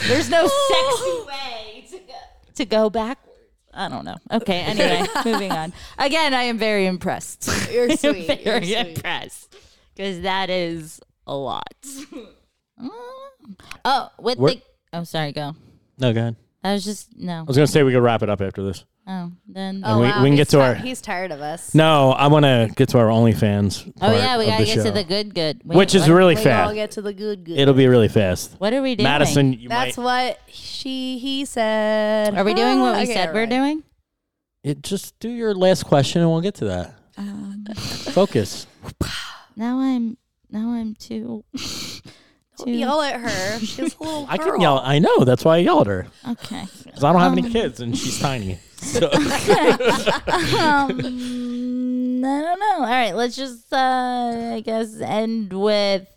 S3: there's no sexy way to go, to go backwards. I don't know. Okay. Anyway, moving on. Again, I am very impressed.
S2: You're
S3: I'm
S2: sweet. You're
S3: very
S2: sweet.
S3: impressed because that is a lot. Mm. oh, with
S1: We're-
S3: the. Oh, sorry, go.
S1: No, go ahead.
S3: I was just. No.
S1: I was gonna say we could wrap it up after this.
S3: Oh, then.
S1: And we- we can get
S2: he's
S1: to our-
S2: ti- He's tired of us.
S1: No, I want to get to our OnlyFans.
S3: Oh,
S1: part
S3: yeah, we
S1: of
S3: got to
S1: the
S3: get
S1: show,
S3: to the good, good. Wait,
S1: which is
S3: what-
S1: really
S2: we all
S1: fast.
S2: get to the good good.
S1: It'll be really fast.
S3: What are we doing?
S1: Madison, you
S2: That's
S1: might.
S2: what she he said.
S3: Are we doing what we
S2: Okay,
S3: said
S2: all
S3: we're
S2: right.
S3: doing?
S1: It, just do your last question, and we'll get to that.
S2: Um,
S1: Focus.
S3: Now I'm. Now I'm too.
S2: Don't
S3: too-
S2: Yell at her. She's a little girl.
S1: I can yell. I know. That's why I yelled at her
S3: Okay.
S1: because I don't have any
S3: Um.
S1: kids, and she's tiny. So
S3: um, I don't know. All right, let's just, uh, I guess, end with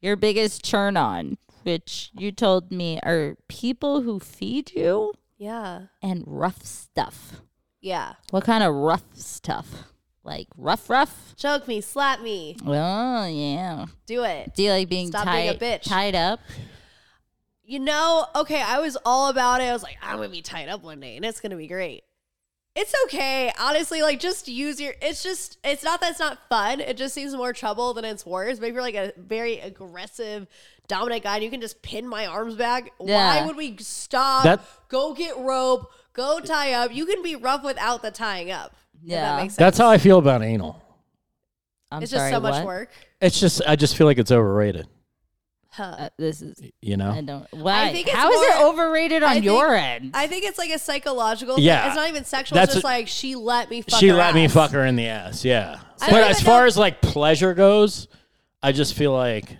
S3: your biggest turn on, which you told me are people who feed you
S2: Yeah.
S3: and rough stuff.
S2: Yeah.
S3: What kind of rough stuff? Like rough, rough?
S2: Choke me, slap me,
S3: Oh, yeah.
S2: do it.
S3: Do you like being
S2: Stop being a
S3: tied
S2: bitch.
S3: tied up?
S2: You know, okay, I was all about it. I was like, I'm gonna be tied up one day and it's gonna be great. It's okay. Honestly, like just use your it's just it's not that it's not fun. It just seems more trouble than it's worth. But if you're like a very aggressive, dominant guy and you can just pin my arms back,
S3: Yeah.
S2: why would we stop?
S1: That-
S2: go get rope, go tie up. You can be rough without the tying up. Yeah.
S3: Yeah.
S2: that makes sense.
S1: that's how I feel about anal.
S3: I'm
S2: it's
S3: sorry,
S2: just so much
S3: what?
S2: work.
S1: It's just I just feel like it's overrated.
S2: Huh.
S3: Uh, this is
S1: You
S3: I
S1: know.
S3: don't. Why?
S2: think it's
S3: How is it
S2: more-
S3: overrated on
S2: I think-
S3: your end?
S2: I think it's like a psychological.
S1: Yeah.
S2: thing. it's not even sexual.
S1: That's
S2: it's just
S1: a-
S2: like she let me. fuck
S1: She
S2: her
S1: let me
S2: ass.
S1: fuck her in the ass. Yeah.
S2: I
S1: But
S2: don't
S1: as
S2: even
S1: far
S2: know-
S1: as like pleasure goes, I just feel like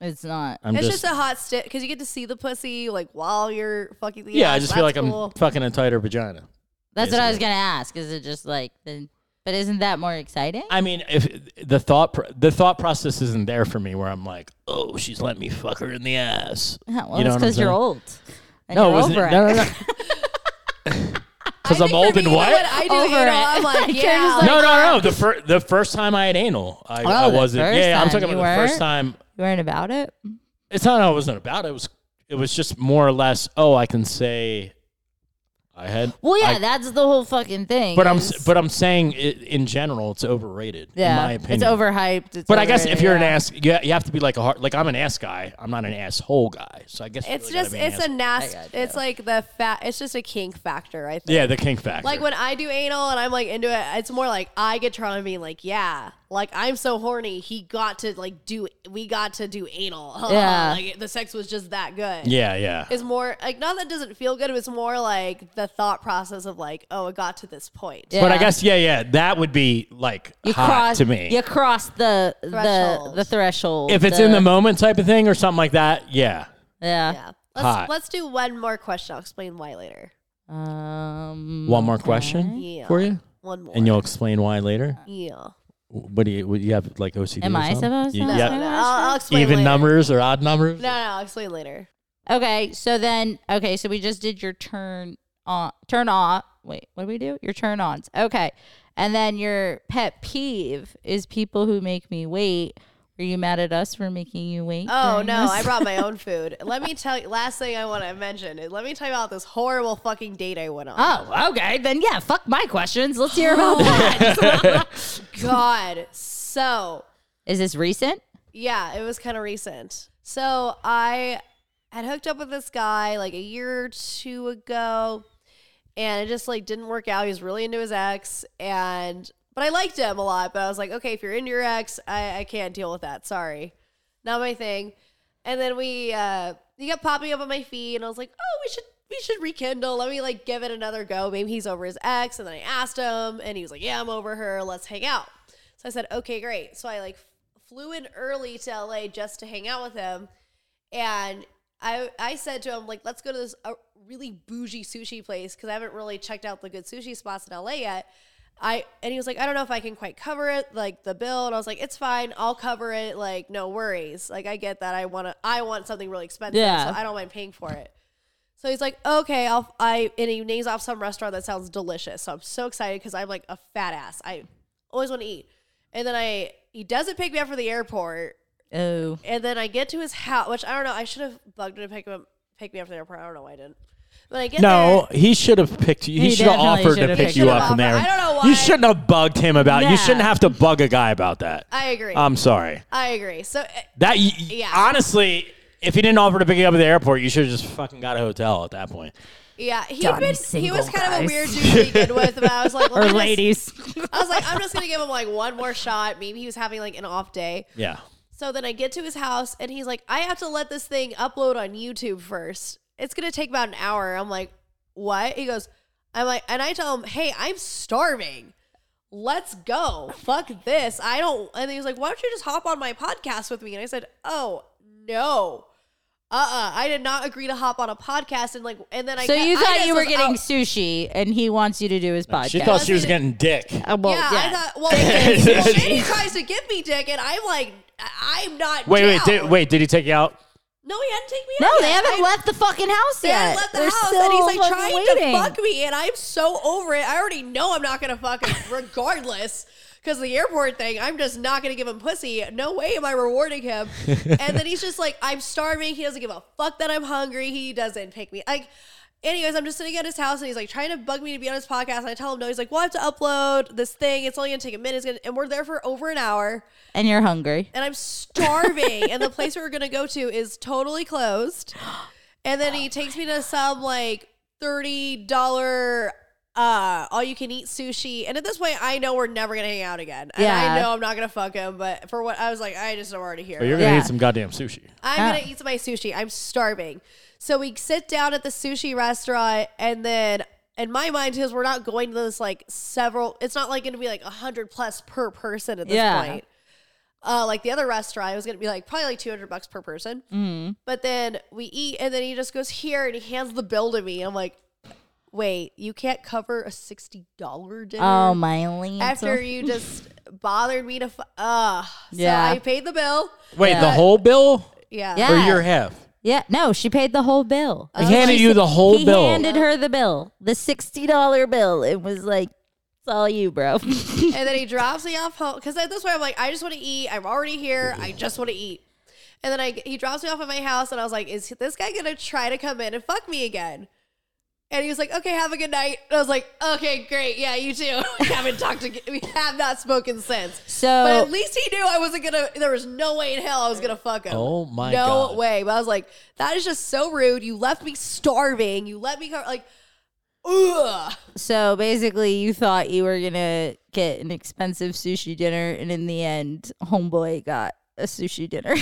S3: it's not.
S1: I'm
S2: it's
S1: just.
S2: just, a hot stick because you get to see the pussy like while you're fucking the.
S1: yeah, I
S2: ass.
S1: just feel like
S2: That's cool.
S1: I'm fucking a tighter vagina.
S3: That's what I was
S1: basically.
S3: gonna ask. Is it just like the? But isn't that more exciting?
S1: I mean, if the thought pr- the thought process isn't there for me, where I'm like, oh, she's letting me fuck her in the ass.
S3: Yeah, well,
S1: You know what
S3: it's
S1: I'm
S3: because you're
S1: saying?
S3: old. And
S1: no,
S3: you're
S1: it wasn't.
S3: over
S1: No, no, no. Because I'm
S2: think for
S1: old
S2: me,
S1: and
S2: even
S1: what?
S2: when I do
S3: Over
S2: anal,
S3: it.
S2: I'm like,
S3: Karen's
S2: yeah.
S3: like- uh, Oh,
S1: no, no, no. The fir- the first time I had anal, I, I
S3: the
S1: wasn't.
S3: first
S1: Yeah, I'm
S3: time.
S1: talking
S3: You
S1: about the first
S3: weren't?
S1: time.
S3: You weren't about it.
S1: It's not. I wasn't about. It It was. It was just more or less. Oh, I can say. I had.
S3: Well, yeah,
S1: I-
S3: that's the whole fucking thing.
S1: But I'm
S3: is-
S1: s- but I'm saying it, in general, it's overrated.
S3: yeah,
S1: in my opinion.
S3: it's overhyped. It's
S1: But I guess if
S3: overrated,
S1: you're an
S3: yeah.
S1: ass, you, you have to be like a hard, like I'm an ass guy. I'm not an asshole guy. So I guess you really
S2: It's
S1: gotta
S2: just
S1: be an
S2: it's a
S1: asshole.
S2: nasty.
S3: I got
S2: It's
S3: you.
S2: like the fat. It's just a kink factor. I think.
S1: yeah, the king factor.
S2: Like when I do anal and I'm like into it, it's more like I get turned on being like, yeah, like I'm so horny. He got to like do, we got to do anal.
S3: Yeah.
S2: like the sex was just that good.
S1: yeah, yeah,
S2: It's more like not that it doesn't feel good. It was more like the thought process of like, oh, it got to this point.
S1: But I
S3: Yeah.
S1: guess yeah, yeah, that would be like
S3: you
S1: hot
S3: cross
S1: to me.
S3: You cross the the
S2: Threshold.
S3: the threshold.
S1: if it's in the moment type of thing or something like that, yeah.
S3: yeah.
S2: Yeah. Let's
S1: Hot.
S2: let's do one more question. I'll explain why later.
S3: Um.
S1: One more question
S2: Yeah.
S1: for you,
S2: One more.
S1: and you'll explain why later.
S2: yeah.
S1: What do you? What, you have like OCD?
S3: Am
S1: or
S3: I
S1: something?
S3: supposed to?
S1: You-
S3: ask
S1: yeah.
S3: my
S2: No,
S3: question?
S2: I'll, I'll explain
S1: Even
S2: later.
S1: numbers or odd numbers?
S2: No, no, I'll explain later.
S3: Okay, so then okay, so we just did your turn on turn off. Wait, what do we do? Your turn ons. Okay. And then your pet peeve is people who make me wait. Are you mad at us for making you wait?
S2: Oh
S3: during
S2: no,
S3: this?
S2: I brought my own food. Let me tell you. Last thing I want to mention. is Let me tell you about this horrible fucking date I went on.
S3: Oh, okay. Then yeah, fuck my questions. Let's hear about that.
S2: God. So
S3: Is this recent?
S2: Yeah, it was kind of recent. So I had hooked up with this guy like a year or two ago, and it just like didn't work out. He was really into his ex, and but I liked him a lot. But I was like, okay, if you're into your ex, I, I can't deal with that. Sorry, not my thing. And then we uh, he kept popping up on my feed, and I was like, oh, we should we should rekindle. Let me like give it another go. Maybe he's over his ex. And then I asked him, and he was like, yeah, I'm over her. Let's hang out. So I said, okay, great. So I like flew in early to LA just to hang out with him. And I I said to him, like, let's go to this uh, really bougie sushi place because I haven't really checked out the good sushi spots in LA yet. I and he was like, I don't know if I can quite cover it, like the bill. And I was like, it's fine, I'll cover it, like no worries. Like I get that. I want to, I want something really expensive,
S3: Yeah.
S2: so I don't mind paying for it. So he's like, okay, I'll, I, and he names off some restaurant that sounds delicious. So I'm so excited because I'm like a fat ass. I always want to eat. And then I, he doesn't pick me up from the airport.
S3: Oh.
S2: And then I get to his house, which I don't know, I should have bugged him to pick him up, pick me up from the airport. I don't know why I didn't. When I get
S1: No, he should have picked you. He,
S3: He
S1: should have
S3: definitely
S1: offered
S3: should
S1: to
S3: have
S1: pick
S3: picked
S1: you
S3: you
S1: up
S2: up.
S1: from there.
S2: I don't know why.
S1: You shouldn't have bugged him about.
S3: Nah.
S1: You shouldn't have to bug a guy about that.
S2: there, I agree.
S3: Um,
S1: I'm sorry.
S2: I agree. So uh,
S1: That y- y-
S2: Yeah.
S1: honestly, if he didn't offer to pick you up at the airport, you should have just fucking got a hotel at that point.
S2: yeah, he
S3: Done
S2: been he
S3: single,
S2: was kind of a
S3: guys.
S2: weird dude to begin with, but I was like, let me
S3: Or
S2: just-
S3: ladies.
S2: I was like, I'm just gonna give him like one more shot. Maybe he was having like an off day.
S1: Yeah.
S2: So then I get to his house and he's like, I have to let this thing upload on YouTube first. It's gonna take about an hour. I'm like, what? He goes, I'm like, and I tell him, hey, I'm starving. Let's go. Fuck this. I don't. And he was like, why don't you just hop on my podcast with me? And I said, oh no. Uh-uh. I did not agree to hop on a podcast and like and then I
S3: So
S2: ca-
S3: you
S2: I
S3: thought
S2: just
S3: you were
S2: was oh.
S3: getting
S2: out-
S3: sushi, and he wants you to do his podcast.
S1: She thought she was getting dick.
S3: Uh, well,
S2: yeah, I
S3: yeah.
S2: thought well, well Shady tries to give me dick and I'm like I- I'm not
S1: Wait, wait,
S2: down.
S1: did, wait. Did he take you out?
S2: No, he hadn't taken me out.
S3: No, they
S2: yet.
S3: haven't
S2: I-
S3: left the fucking house
S2: They
S3: yet.
S2: haven't left the
S3: They're
S2: house,
S3: still
S2: and he's like
S3: fucking
S2: trying to
S3: waiting.
S2: fuck me, and I'm so over it. I already know I'm not gonna fuck him, regardless, because the airport thing. I'm just not gonna give him pussy. No way am I rewarding him. and then he's just like, I'm starving. He doesn't give a fuck that I'm hungry. He doesn't pick me like. Anyways, I'm just sitting at his house and he's like trying to bug me to be on his podcast. And I tell him no. He's like, "Well, I have to upload this thing. It's only gonna take a minute." It's gonna, and we're there for over an hour
S3: And you're hungry.
S2: and I'm starving. and the place we were gonna go to is totally closed. And then he takes me to some like thirty dollar uh all you can eat sushi. And at this point, I know we're never gonna hang out again. And I
S3: Yeah.
S2: know I'm not gonna fuck him. But for what I was like, I just am already here.
S1: Well, you're gonna
S3: Yeah.
S1: eat some goddamn sushi.
S2: I'm
S3: Yeah.
S2: gonna eat my sushi. I'm starving. So we sit down at the sushi restaurant, and then in my mind, because we're not going to this like several, it's not like gonna be like a hundred plus per person at this
S3: Yeah.
S2: point. Uh, like the other restaurant, it was gonna be like probably like two hundred bucks per person.
S3: Mm-hmm.
S2: But then we eat, and then he just goes here and he hands the bill to me. I'm like, wait, you can't cover a sixty dollar dinner
S3: Oh my lord.
S2: after you just bothered me to. Fu- uh, so
S3: Yeah.
S2: I paid the bill.
S1: Wait, the
S3: Yeah.
S1: whole bill
S3: Oh. Yeah.
S1: or your half?
S3: Yeah, no, she paid the whole bill.
S2: Oh.
S1: He handed you the whole
S3: he
S1: bill.
S3: handed her the bill, the sixty dollar bill. It was like, it's all you, bro.
S2: and then he drops me off home because at this point I'm like, I just want to eat. I'm already here. I just want to eat. And then I he drops me off at my house, and I was like, Is this guy gonna try to come in and fuck me again? And he was like, Okay, have a good night. And I was like, Okay, great. Yeah, you too. we haven't talked to we have not spoken since. But
S3: so
S2: at least he knew I wasn't gonna. There was no way in hell I was gonna fuck him.
S1: Oh my
S2: no
S1: God.
S2: way. But I was like, that is just so rude. You left me starving. You let me go. Like, ugh.
S3: so basically, you thought you were gonna get an expensive sushi dinner, and in the end, homeboy got a sushi dinner.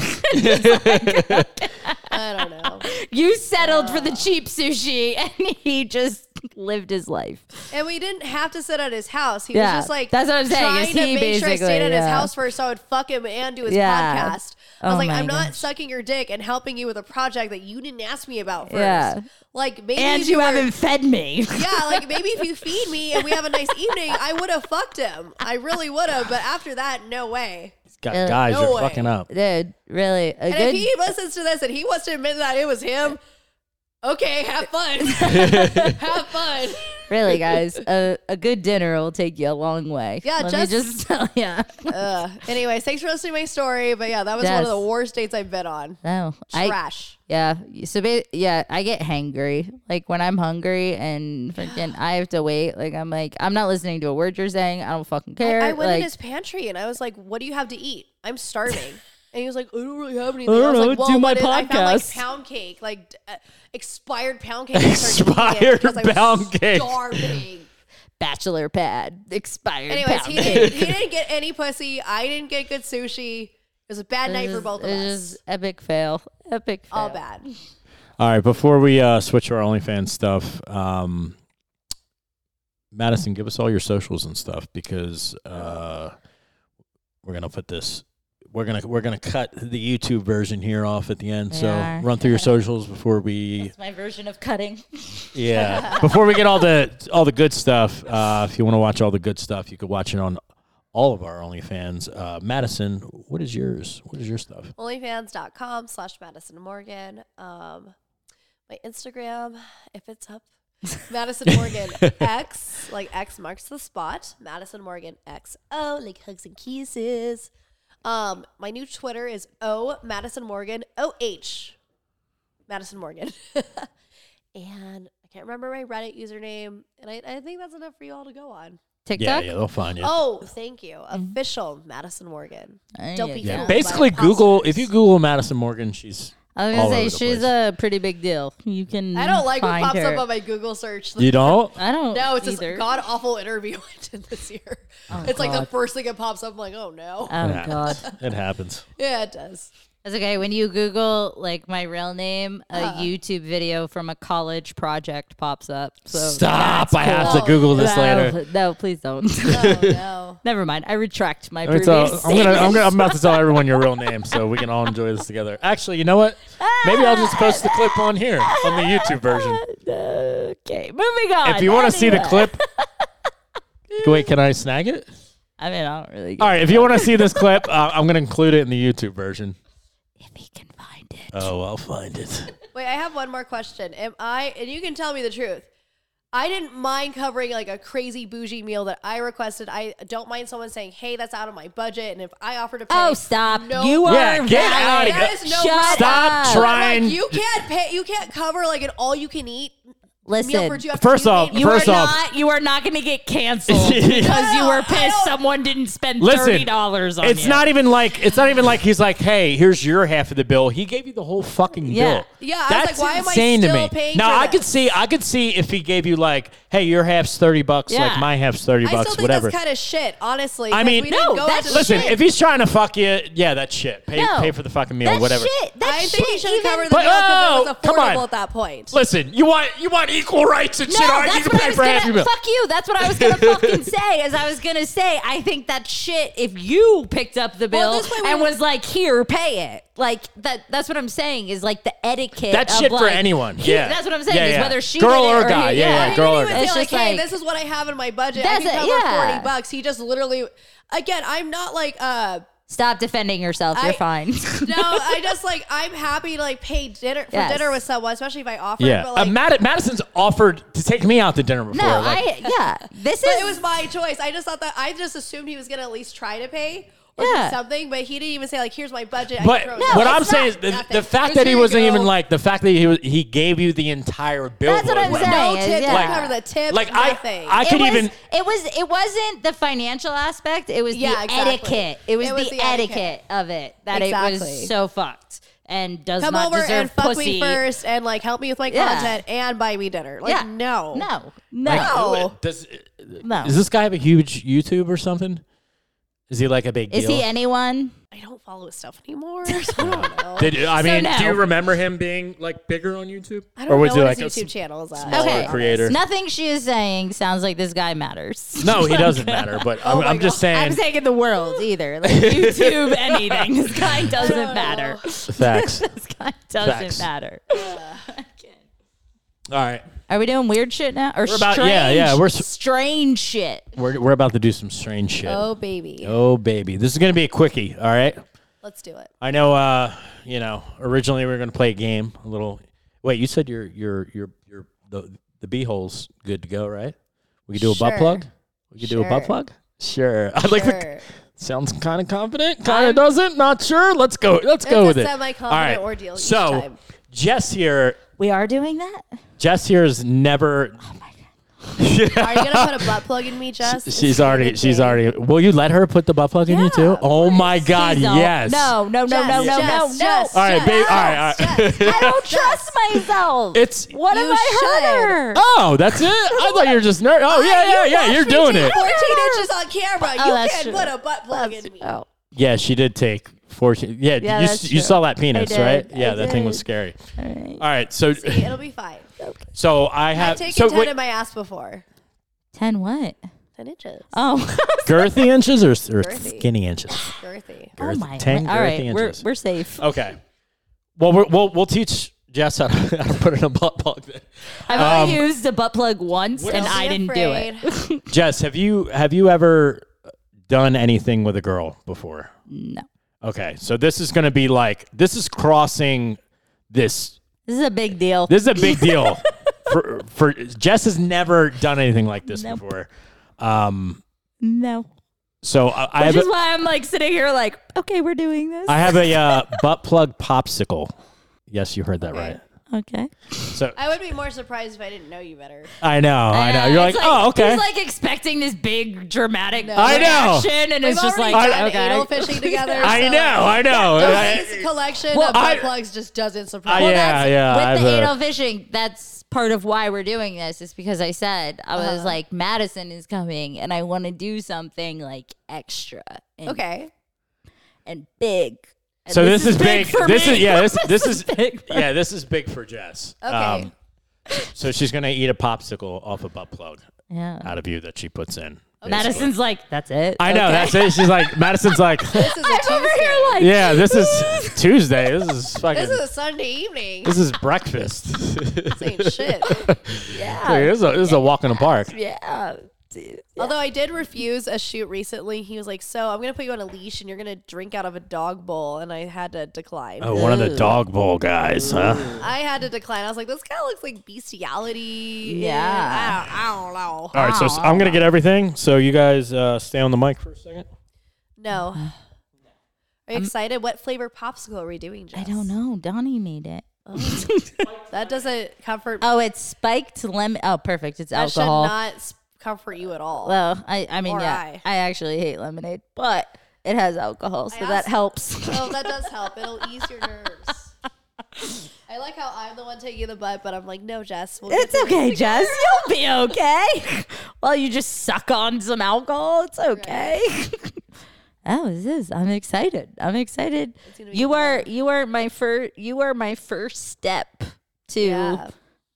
S2: I don't know.
S3: you settled for the cheap sushi, and he just lived his life.
S2: And we didn't have to sit at his house. He
S3: Yeah,
S2: was just like
S3: that's what I'm saying,
S2: Trying
S3: is
S2: to
S3: he
S2: make sure I stayed
S3: basically,
S2: at his
S3: yeah.
S2: house first, so I would fuck him and do his
S3: Yeah.
S2: podcast. I was
S3: Oh
S2: like,
S3: my
S2: I'm not
S3: gosh.
S2: sucking your dick and helping you with a project that you didn't ask me about first.
S3: Yeah.
S2: Like maybe
S3: And
S2: if
S3: you
S2: were-
S3: haven't fed me.
S2: Yeah, like maybe if you feed me and we have a nice evening, I would have fucked him. I really would have. But after that, no way.
S1: God,
S3: Uh,
S1: guys,
S2: no
S1: you're
S2: way.
S1: fucking up.
S3: Dude, really, a
S2: And if
S3: good
S2: he listens to this and he wants to admit that it was him, okay, have fun. have fun.
S3: Really, guys, a, a good dinner will take you a long way.
S2: Yeah,
S3: Let
S2: just-
S3: me just tell you.
S2: Ugh. Anyways, thanks for listening to my story. But yeah, that was one
S3: Yes.
S2: of the worst dates I've been on.
S3: No, I
S2: Trash.
S3: yeah. So ba- yeah, I get hangry. Like when I'm hungry and freaking, I have to wait. Like I'm like, I'm not listening to a word you're saying. I don't fucking care.
S2: I went
S3: like,
S2: in his pantry and I was like, "What do you have to eat? I'm starving." and he was like, "I don't really have anything." I,
S3: don't
S2: was
S3: know,
S2: like, well,
S3: do my
S2: what is-" I found like
S3: podcast.
S2: pound cake, like d- uh, expired pound cake. I started eating
S1: Expired
S2: it because I was
S1: pound cake.
S2: Starving.
S3: bachelor pad expired.
S2: Anyways,
S3: pound
S2: he
S3: cake.
S2: didn't, he didn't get any pussy. I didn't get good sushi. It was a bad night
S3: It
S2: for
S3: was-
S2: both of
S3: it
S2: us.
S3: was epic fail. Epic fail.
S2: All bad.
S1: All right, before we uh, switch to our OnlyFans stuff, um, Madison, give us all your socials and stuff because uh, we're gonna put this. We're gonna we're gonna cut the YouTube version here off at the end. so
S3: Yeah.
S1: run through your socials before we
S3: That's my version of cutting.
S1: yeah before we get all the all the good stuff. Uh, if you want to watch all the good stuff, you could watch it on all of our OnlyFans. Uh, Madison, what is yours? What is your stuff?
S2: Onlyfans.com slash Madison Morgan. Um, my Instagram, if it's up, Madison Morgan X, like X marks the spot. Madison Morgan XO, like hugs and kisses. Um, my new Twitter is O Madison Morgan OH. Madison Morgan. and I can't remember my Reddit username. And I, I think that's enough for you all to go on.
S1: Yeah,
S3: TikTok.
S1: yeah, they'll find you.
S2: Oh, thank you.
S3: Mm-hmm.
S2: Official Madison Morgan.
S3: There
S2: Don't
S3: you
S2: be
S3: go.
S1: yeah,
S2: fooled by
S1: basically Google.
S2: imposters.
S1: If you Google Madison Morgan, she's
S3: I was
S1: all over
S3: gonna say
S1: the
S3: she's
S1: place.
S3: a pretty big deal. You can.
S2: I don't like what
S3: Mm-hmm. find
S2: pops
S3: her.
S2: up on my Google search.
S1: you don't.
S3: I don't.
S2: No, it's
S3: either.
S2: this god awful interview I did this year. it's like the first thing that pops up. I'm like, oh no.
S3: Oh
S1: Yeah.
S3: god.
S1: It happens.
S2: yeah, it does.
S3: That's okay. When you Google like my real name, a
S2: Uh.
S3: YouTube video from a college project pops up. So
S1: Stop! I have to
S2: cool.
S1: Google this
S3: Well,
S1: later.
S3: No, please don't.
S2: Oh no.
S3: Never mind. I retract my
S1: Let me
S3: previous.
S1: tell- uh, I'm gonna,
S3: statement.
S1: I'm gonna, I'm about to tell everyone your real name, so we can all enjoy this together. Actually, you know what? Maybe I'll just post the clip on here on the YouTube version.
S3: okay, moving on.
S1: If you want to see the
S3: Anyway.
S1: clip, wait, can I snag it?
S3: I mean, I don't really.
S1: All right, if you want to see this clip, uh, I'm gonna include it in the YouTube version.
S3: If he can find it.
S1: Oh, I'll find it.
S2: Wait, I have one more question. Am I and you can tell me the truth. I didn't mind covering like a crazy bougie meal that I requested. I don't mind someone saying, "Hey, that's out of my budget," and if I offer to pay,
S3: Oh, stop!
S2: No,
S3: You are
S1: Yeah, get
S3: valid.
S1: outta
S2: here. That is no
S3: Shut
S1: Stop
S3: up.
S2: But, like,
S1: trying.
S2: you can't pay. You can't cover like an all-you-can-eat meal for
S3: Listen,
S2: two. after
S1: First
S2: you
S1: off,
S2: made-
S3: you are
S1: First off-
S3: not. You are not going to get canceled because you
S2: No,
S3: were
S2: I
S3: pissed
S2: don't-
S3: someone didn't spend
S1: Listen,
S3: thirty dollars on
S1: it's
S3: you.
S1: not even like it's not even like he's like, hey, here's your half of the bill. He gave you the whole fucking
S3: Yeah.
S1: bill.
S2: Yeah, I was
S1: that's
S2: like, why am I
S1: insane to
S2: still
S1: me.
S2: paying
S1: now
S2: for
S1: I could
S2: this?
S1: see, I could see if he gave you like, hey, your half's thirty bucks,
S3: Yeah.
S1: like my half's thirty
S2: I
S1: bucks,
S2: still think
S1: whatever.
S2: that's kind of shit. Honestly,
S1: I
S2: 'cause
S1: mean,
S2: we didn't
S3: No,
S2: go
S3: that's
S2: into the
S1: Listen,
S2: shit.
S1: if he's trying to fuck you, yeah, that's shit. Pay,
S3: No.
S1: pay for the fucking meal,
S3: That
S1: whatever.
S3: shit. That
S2: I
S3: shit.
S2: think he should have
S3: even-
S2: covered the
S1: But-
S2: meal because
S1: oh,
S2: it
S1: come
S2: was
S1: on.
S2: affordable at that point.
S1: Listen, you want you want equal rights and
S3: No,
S1: shit. I need
S3: that's
S1: to
S3: what I
S1: pay
S3: was
S1: for half your
S3: gonna.
S1: meal.
S3: Fuck you. That's what I was gonna fucking say. Is I was gonna say, I think that shit. If you picked up the bill
S2: Well, this way we
S3: and
S2: would-
S3: was like, "Here, pay it," like that. That's what I'm saying. Is like the etiquette.
S1: That's
S3: of,
S1: shit for
S3: like-
S1: anyone.
S3: he-
S1: yeah,
S3: that's what I'm saying.
S1: Yeah,
S3: is
S1: yeah.
S3: whether she
S1: girl
S3: did it
S1: or
S3: he-
S1: guy. yeah, yeah,
S2: I
S1: girl
S2: didn't
S1: or
S2: even
S1: guy.
S3: It's
S2: say like,
S3: just
S2: hey,
S3: like-
S2: this is what I have in my budget. I
S3: That's
S2: can
S3: it,
S2: cover
S3: yeah.
S2: forty bucks. He just literally, again, I'm not like, uh,
S3: Stop defending yourself. You're
S2: I-
S3: fine.
S2: no, I just like, I'm happy to like pay dinner for
S3: Yes.
S2: dinner with someone, especially if I offer.
S1: Yeah,
S2: but
S1: uh,
S2: like,
S1: Mad- Madison's offered to take me out to dinner before.
S3: No,
S1: like-
S3: I yeah. This
S2: but
S3: is
S2: it was my choice. I just thought that I just assumed he was gonna at least try to pay or
S3: Yeah.
S2: do something, but he didn't even say like, here's my budget. I
S1: But
S2: can throw it
S1: what
S2: in.
S1: I'm
S3: it's
S1: saying is
S3: not
S1: the,
S2: nothing.
S1: the fact
S2: Just
S1: that he
S2: here you
S1: wasn't
S2: go.
S1: even like the fact that he was, he gave you the entire bill.
S3: That's what
S1: was
S3: I'm
S1: like,
S3: saying.
S2: no
S3: is,
S2: tip,
S3: yeah.
S2: cover the tips,
S1: Like I,
S2: nothing.
S1: I could
S3: it was,
S1: even
S3: It was. It wasn't the financial aspect. It was the
S2: Yeah, exactly.
S3: etiquette. It was, the, etiquette. of it that it
S2: Exactly.
S3: was so fucked and does
S2: Come
S3: not
S2: over
S3: deserve
S2: and fuck
S3: pussy.
S2: me first, and like help me with my
S3: Yeah.
S2: content, and buy me dinner. Like,
S3: yeah.
S2: no,
S3: No.
S1: like,
S3: No.
S2: No.
S1: who- Does, uh,
S3: No.
S1: Does this guy have a huge YouTube or something? Is he like a big
S3: Is
S1: deal?
S3: he anyone?
S2: I don't follow his stuff anymore. So I don't know.
S1: Did, I
S3: So
S1: mean,
S3: no.
S1: do you remember him being like bigger on YouTube?
S2: I don't
S1: or
S2: know
S1: was
S2: what
S1: he like
S2: his
S1: a
S2: YouTube
S1: s-
S2: channel is on.
S1: smaller
S3: Okay.
S1: creator?
S3: Nothing she is saying sounds like this guy matters.
S1: No, he doesn't matter. But
S3: Oh
S1: I'm,
S2: my
S1: I'm just
S3: I'm
S1: saying
S3: saying in the world either. Like YouTube, anything. This guy doesn't matter.
S1: facts. All
S3: This guy doesn't
S1: Facts.
S3: matter.
S1: right,
S3: Are we doing weird shit now? Or
S1: We're about-
S3: strange,
S1: yeah, yeah, we're s-
S3: strange shit.
S1: we're we're about to do some strange shit.
S2: Oh baby,
S1: oh baby, this is gonna be a quickie. All right.
S2: let's do it.
S1: I know. Uh, you know, originally we were going to play a game. A little. Wait, you said your your your your the the beehole's good to go, right? We could do a butt
S2: Sure.
S1: plug. We could do a butt
S2: Sure.
S1: plug. Sure. I like the
S2: Sure. Um,
S1: sounds kind of confident. Kind of doesn't. Not sure. Let's go. Let's go
S2: a
S1: with it.
S2: semi-confident ordeal each
S1: so
S2: time.
S1: Jess here.
S3: We are doing that?
S1: Jess here has never.
S2: Are you gonna put a butt plug in me, Jess?
S1: She's already. She's already. Will you let her put the butt plug in you too?
S2: of
S1: Oh my God!
S3: Please don't.
S1: Yes.
S3: No, no, no,
S2: Jess,
S3: no, no,
S2: Jess,
S3: no,
S2: Jess,
S3: no.
S1: All right, babe. All right. All right.
S3: I don't trust myself.
S1: It's
S3: what have
S2: You
S3: I
S2: should.
S3: heard?
S1: Oh, that's it. I thought you were just nerd. Oh yeah, yeah, yeah. You're doing it.
S2: 14 inches on camera.
S3: Oh,
S2: you
S3: that's
S2: can
S3: true.
S2: put a butt plug in me.
S3: Oh.
S1: Yeah, she did take fourteen. Yeah,
S3: Yeah,
S1: you,
S3: that's
S1: you
S3: true.
S1: saw that penis,
S3: I did.
S1: right?
S3: I
S1: Yeah, that thing
S3: did.
S1: was scary.
S3: All right.
S1: All right, so
S2: It'll be fine.
S1: so I have
S2: I've taken
S1: so
S2: 10
S1: wait,
S2: in my ass before.
S3: 10 what?
S2: 10 inches.
S3: Oh.
S1: girthy inches or, or
S2: Girthy.
S1: skinny inches?
S2: Girthy.
S3: oh
S1: Girth-
S3: my.
S1: ten
S3: All right.
S1: girthy
S3: We're,
S1: inches.
S3: we're safe.
S1: Okay. Well, we're, we'll we'll teach Jess how to, how to put in a butt plug. Then.
S3: I've only
S1: Um,
S3: used a butt plug once and
S2: Don't
S3: I
S2: be
S3: didn't
S2: afraid.
S3: do it.
S1: Jess, have you have you ever done anything with a girl before?
S3: No.
S1: Okay, so this is going to be like this is crossing this
S3: This is a big deal.
S1: This is a big deal. for, for Jess has never done anything like this
S3: Nope.
S1: before. Um,
S3: no.
S1: so I, I
S3: Which
S1: have
S3: is
S1: a,
S3: why I'm like sitting here like, okay, we're doing this.
S1: I have a uh, butt plug popsicle. Yes, you heard that right.
S3: Okay.
S1: So
S2: I would be more surprised if I didn't know you better.
S1: I know, I know. You're like,
S3: It's
S1: oh, okay.
S3: He's like expecting this big dramatic
S2: No.
S1: I know.
S3: reaction, and
S2: We've
S3: it's just
S2: already
S3: like,
S2: done
S3: okay.
S2: anal fishing together.
S1: I
S2: so
S1: know, I know.
S2: Josie's collection
S1: Well,
S2: of butt
S1: I-
S2: plugs just doesn't
S1: I-
S2: surprise
S1: yeah,
S2: me.
S3: that's-
S1: yeah.
S3: With the
S1: I've, uh,
S3: anal fishing, that's part of why we're doing this. Is because I said I was
S2: Uh-huh.
S3: like, Madison is coming, and I want to do something like extra, and,
S2: Okay.
S3: and big. And
S1: so this, is big.
S3: for
S1: this
S3: me.
S1: is yeah. This this is
S3: big.
S1: yeah. This is big for Jess. Um,
S2: Okay.
S1: so she's gonna eat a popsicle off a butt plug
S3: Yeah.
S1: out of you that she puts in. basically.
S3: Madison's like, that's it.
S1: I know
S3: Okay.
S1: that's it. She's like Madison's like,
S2: This is a Tuesday.
S3: Like,
S1: yeah. This is Tuesday. This is fucking.
S2: This is a Sunday evening.
S1: This is breakfast.
S2: This ain't shit.
S1: Like, this, is a, this is a walk in the park.
S3: yeah.
S2: Although I did refuse a shoot recently. He was like, "So I'm gonna put you on a leash and you're gonna drink out of a dog bowl," and I had to decline.
S1: Oh, one of the dog bowl guys, huh?
S2: I had to decline. I was like, "This kind of looks like bestiality."
S3: Yeah.
S2: I don't, I don't know.
S1: All right, so s- I'm gonna get everything. So you guys uh, stay on the mic for a second.
S2: No. Are you excited? What flavor popsicle are we doing, Jess?
S3: I don't know. Donnie made it.
S2: That doesn't comfort.
S3: Oh, it's spiked lemon. Oh, perfect. It's
S2: that
S3: alcohol.
S2: should not s- comfort you at all.
S3: well, I, I mean,
S2: Or
S3: yeah,
S2: I.
S3: I. actually hate lemonade, but it has alcohol, so
S2: I
S3: that
S2: also-
S3: helps.
S2: oh, that does help. It'll ease your nerves. I like how I'm the one taking the butt, but I'm like, no, Jess. We'll get
S3: It's okay, Jess. You'll be okay. well, you just suck on some alcohol. It's okay. oh, this is. I'm excited. I'm excited.
S2: gonna be
S3: You are. You are my first. You are my first step to
S2: Yeah.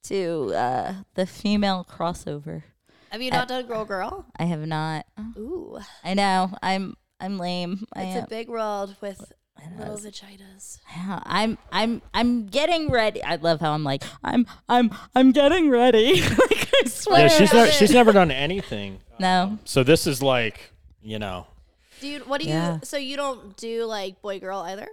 S3: to uh, the female crossover.
S2: Have you not done girl, girl?
S3: I have not.
S2: Ooh,
S3: I know. I'm. I'm lame. I
S2: it's
S3: am.
S2: a big world with little vaginas.
S3: Yeah, I'm I'm I'm getting ready. I love how I'm like I'm I'm I'm getting ready. like I swear.
S1: Yeah, she's never, she's never done anything.
S3: no.
S1: So this is like, you know,
S2: Dude, what do you?
S3: Yeah.
S2: So you don't do like boy girl either.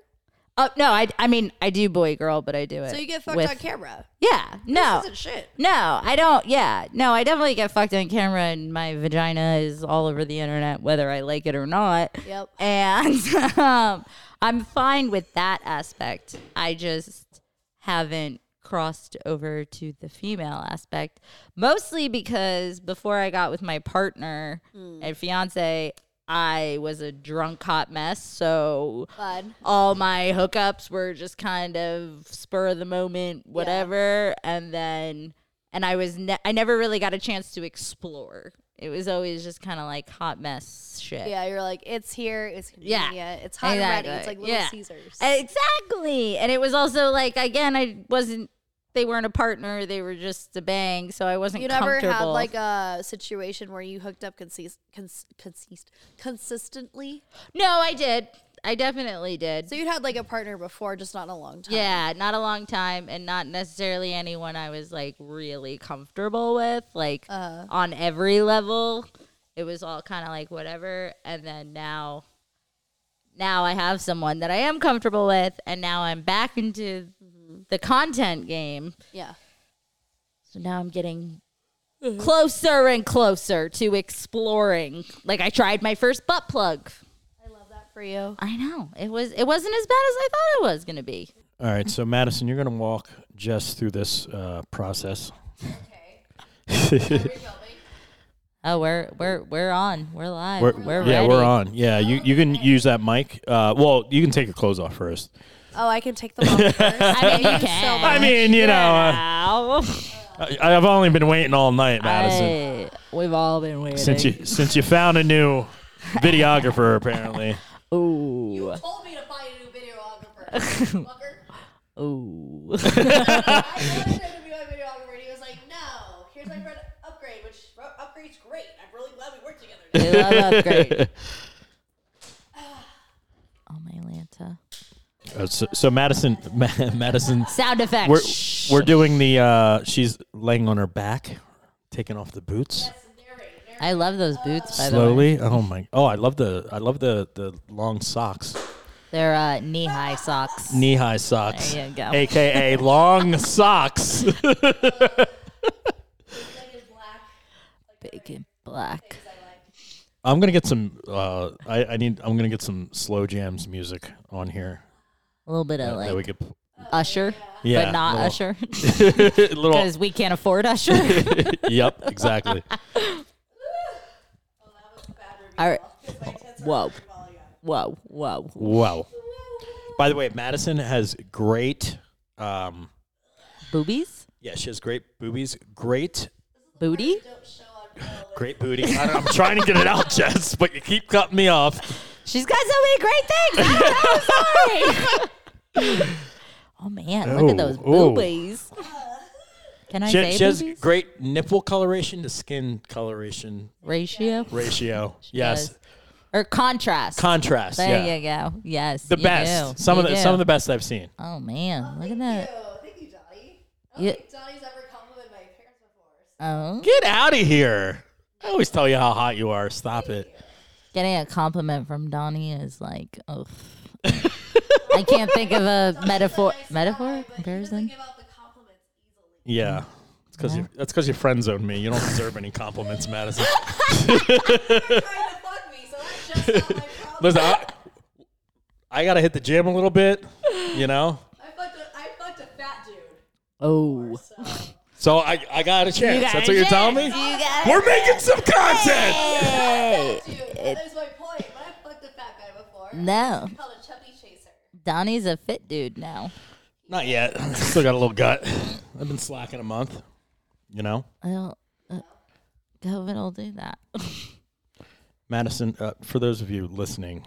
S3: Oh no. I I mean I do boy girl, but I do it.
S2: So you get fucked
S3: with-
S2: on camera.
S3: Yeah. No.
S2: This isn't shit.
S3: No, I don't. Yeah. No, I definitely get fucked on camera, and my vagina is all over the internet, whether I like it or not.
S2: Yep.
S3: And um, I'm fine with that aspect. I just haven't crossed over to the female aspect, mostly because before I got with my partner
S2: Hmm.
S3: and fiance, I was a drunk hot mess. So
S2: Fun.
S3: all my hookups were just kind of spur of the moment, whatever. And then, and I was, ne- I never really got a chance to explore. It was always just kind of like hot mess shit.
S2: Yeah, you're like it's here. It's
S3: Yeah,
S2: convenient. It's hot and ready. It's
S3: exactly.
S2: like Little
S3: Yeah.
S2: Caesars.
S3: Exactly. And it was also like, again, I wasn't, they weren't a partner. They were just a bang. So I wasn't
S2: You never had
S3: comfortable.
S2: like a situation where you hooked up consist, cons- consist, consistently.
S3: no, I did. I definitely did.
S2: So you'd had like a partner before, just not in a long time.
S3: Yeah, not a long time, and not necessarily anyone I was like really comfortable with, like
S2: Uh-huh. Uh,
S3: on every level. It was all kind of like whatever, and then now, now I have someone that I am comfortable with, and now I'm back into the content game.
S2: Yeah.
S3: So now I'm getting closer and closer to exploring. Like I tried my first butt plug.
S2: I love that for you.
S3: I know it was it wasn't as bad as I thought it was gonna be.
S1: All right, so Madison, you're going to walk Jess through this uh, process.
S3: Oh, we're we're we're on. We're live. We're,
S1: We're, yeah,
S3: ready.
S1: we're on. Yeah, you, you can use that mic. Uh, well, you can take your clothes off first.
S2: Oh, I can take them off first.
S3: I mean, you
S2: Thank you so
S3: can.
S2: much.
S1: I mean, you know, uh,
S3: Wow.
S1: I, I've only been waiting all night, Madison,
S3: Hey, we've all been waiting.
S1: since you since you found a new videographer. Apparently,
S3: Ooh.
S2: told me to find a new videographer. Fucker. I
S3: Ooh.
S2: wanted him to be my videographer, and he was like, "No, here's my friend Upgrade, which Ru- Upgrade's great. I'm really glad we worked together."
S3: I love upgrade. oh my Lanta.
S1: Uh, so, so Madison, Ma- Madison,
S3: Sound effects.
S1: we're we're doing the. Uh, she's laying on her back, taking off the boots
S3: I love those boots. By the way,
S1: slowly. Oh my! Oh, I love the I love the the long socks.
S3: they're uh, knee high socks.
S1: knee high socks,
S3: There you go.
S1: aka long socks.
S3: Big and black.
S1: I'm gonna get some. Uh, I, I need. I'm gonna get some slow jams music on here
S3: A little bit of
S1: that we
S3: like
S1: could. p-
S3: Usher,
S1: Yeah,
S3: but not
S1: little-
S3: Usher
S1: little.
S3: because we can't afford Usher.
S1: yep, exactly.
S2: "Oh,
S3: All right. Whoa. Whoa. Whoa.
S1: Wow. By the way, Madison has great. Um,
S3: Boobies?
S1: yeah, she has great boobies, great,
S3: Booty?
S1: great booty. I don't, I'm trying to get it out, Jess, but you keep cutting me off.
S3: She's got so many great things. I don't know. I'm sorry. oh, man. Look at those
S1: Oh, oh.
S3: boobies. Can I
S1: She,
S3: say
S1: she has
S3: boobies?
S1: great nipple coloration to skin coloration
S3: Ratio?
S1: ratio. yes,
S3: does. Or contrast.
S1: contrast.
S3: there
S1: yeah,
S3: you go. Yes.
S1: the
S3: you
S1: best.
S3: do.
S1: Some of
S3: You
S1: the
S3: do.
S1: some of the best I've seen.
S3: Oh, man. Look at that.
S2: Thank you, Donnie. I
S3: Yeah.
S2: Donnie's ever complimented my parents before.
S3: Oh.
S1: Get out of here! I always tell you how hot you are. Stop it.
S3: Getting a compliment from Donnie is like, oh. I can't think of a metaphor. Metaphor? Comparison?
S2: Give out the compliments easily.
S1: Yeah. It's cause you, that's because you friend zoned me. You don't deserve any compliments, Madison.
S2: Trying to fuck me, so that's just not my problem.
S1: Listen, I, I gotta hit the gym a little bit, you know.
S2: I fucked a, I fucked a fat dude.
S3: Oh.
S1: So I, I got a chance. that's what you're telling me.
S3: You got
S1: We're making some content.
S3: Hey.
S2: Dude, that is my point. But I fucked a fat guy before.
S3: No.
S2: Called a chubby chaser.
S3: Donnie's a fit dude now.
S1: Not yet. Still got a little gut. I've been slacking a month, you know.
S3: Well, uh, COVID will do that.
S1: Madison, uh, for those of you listening,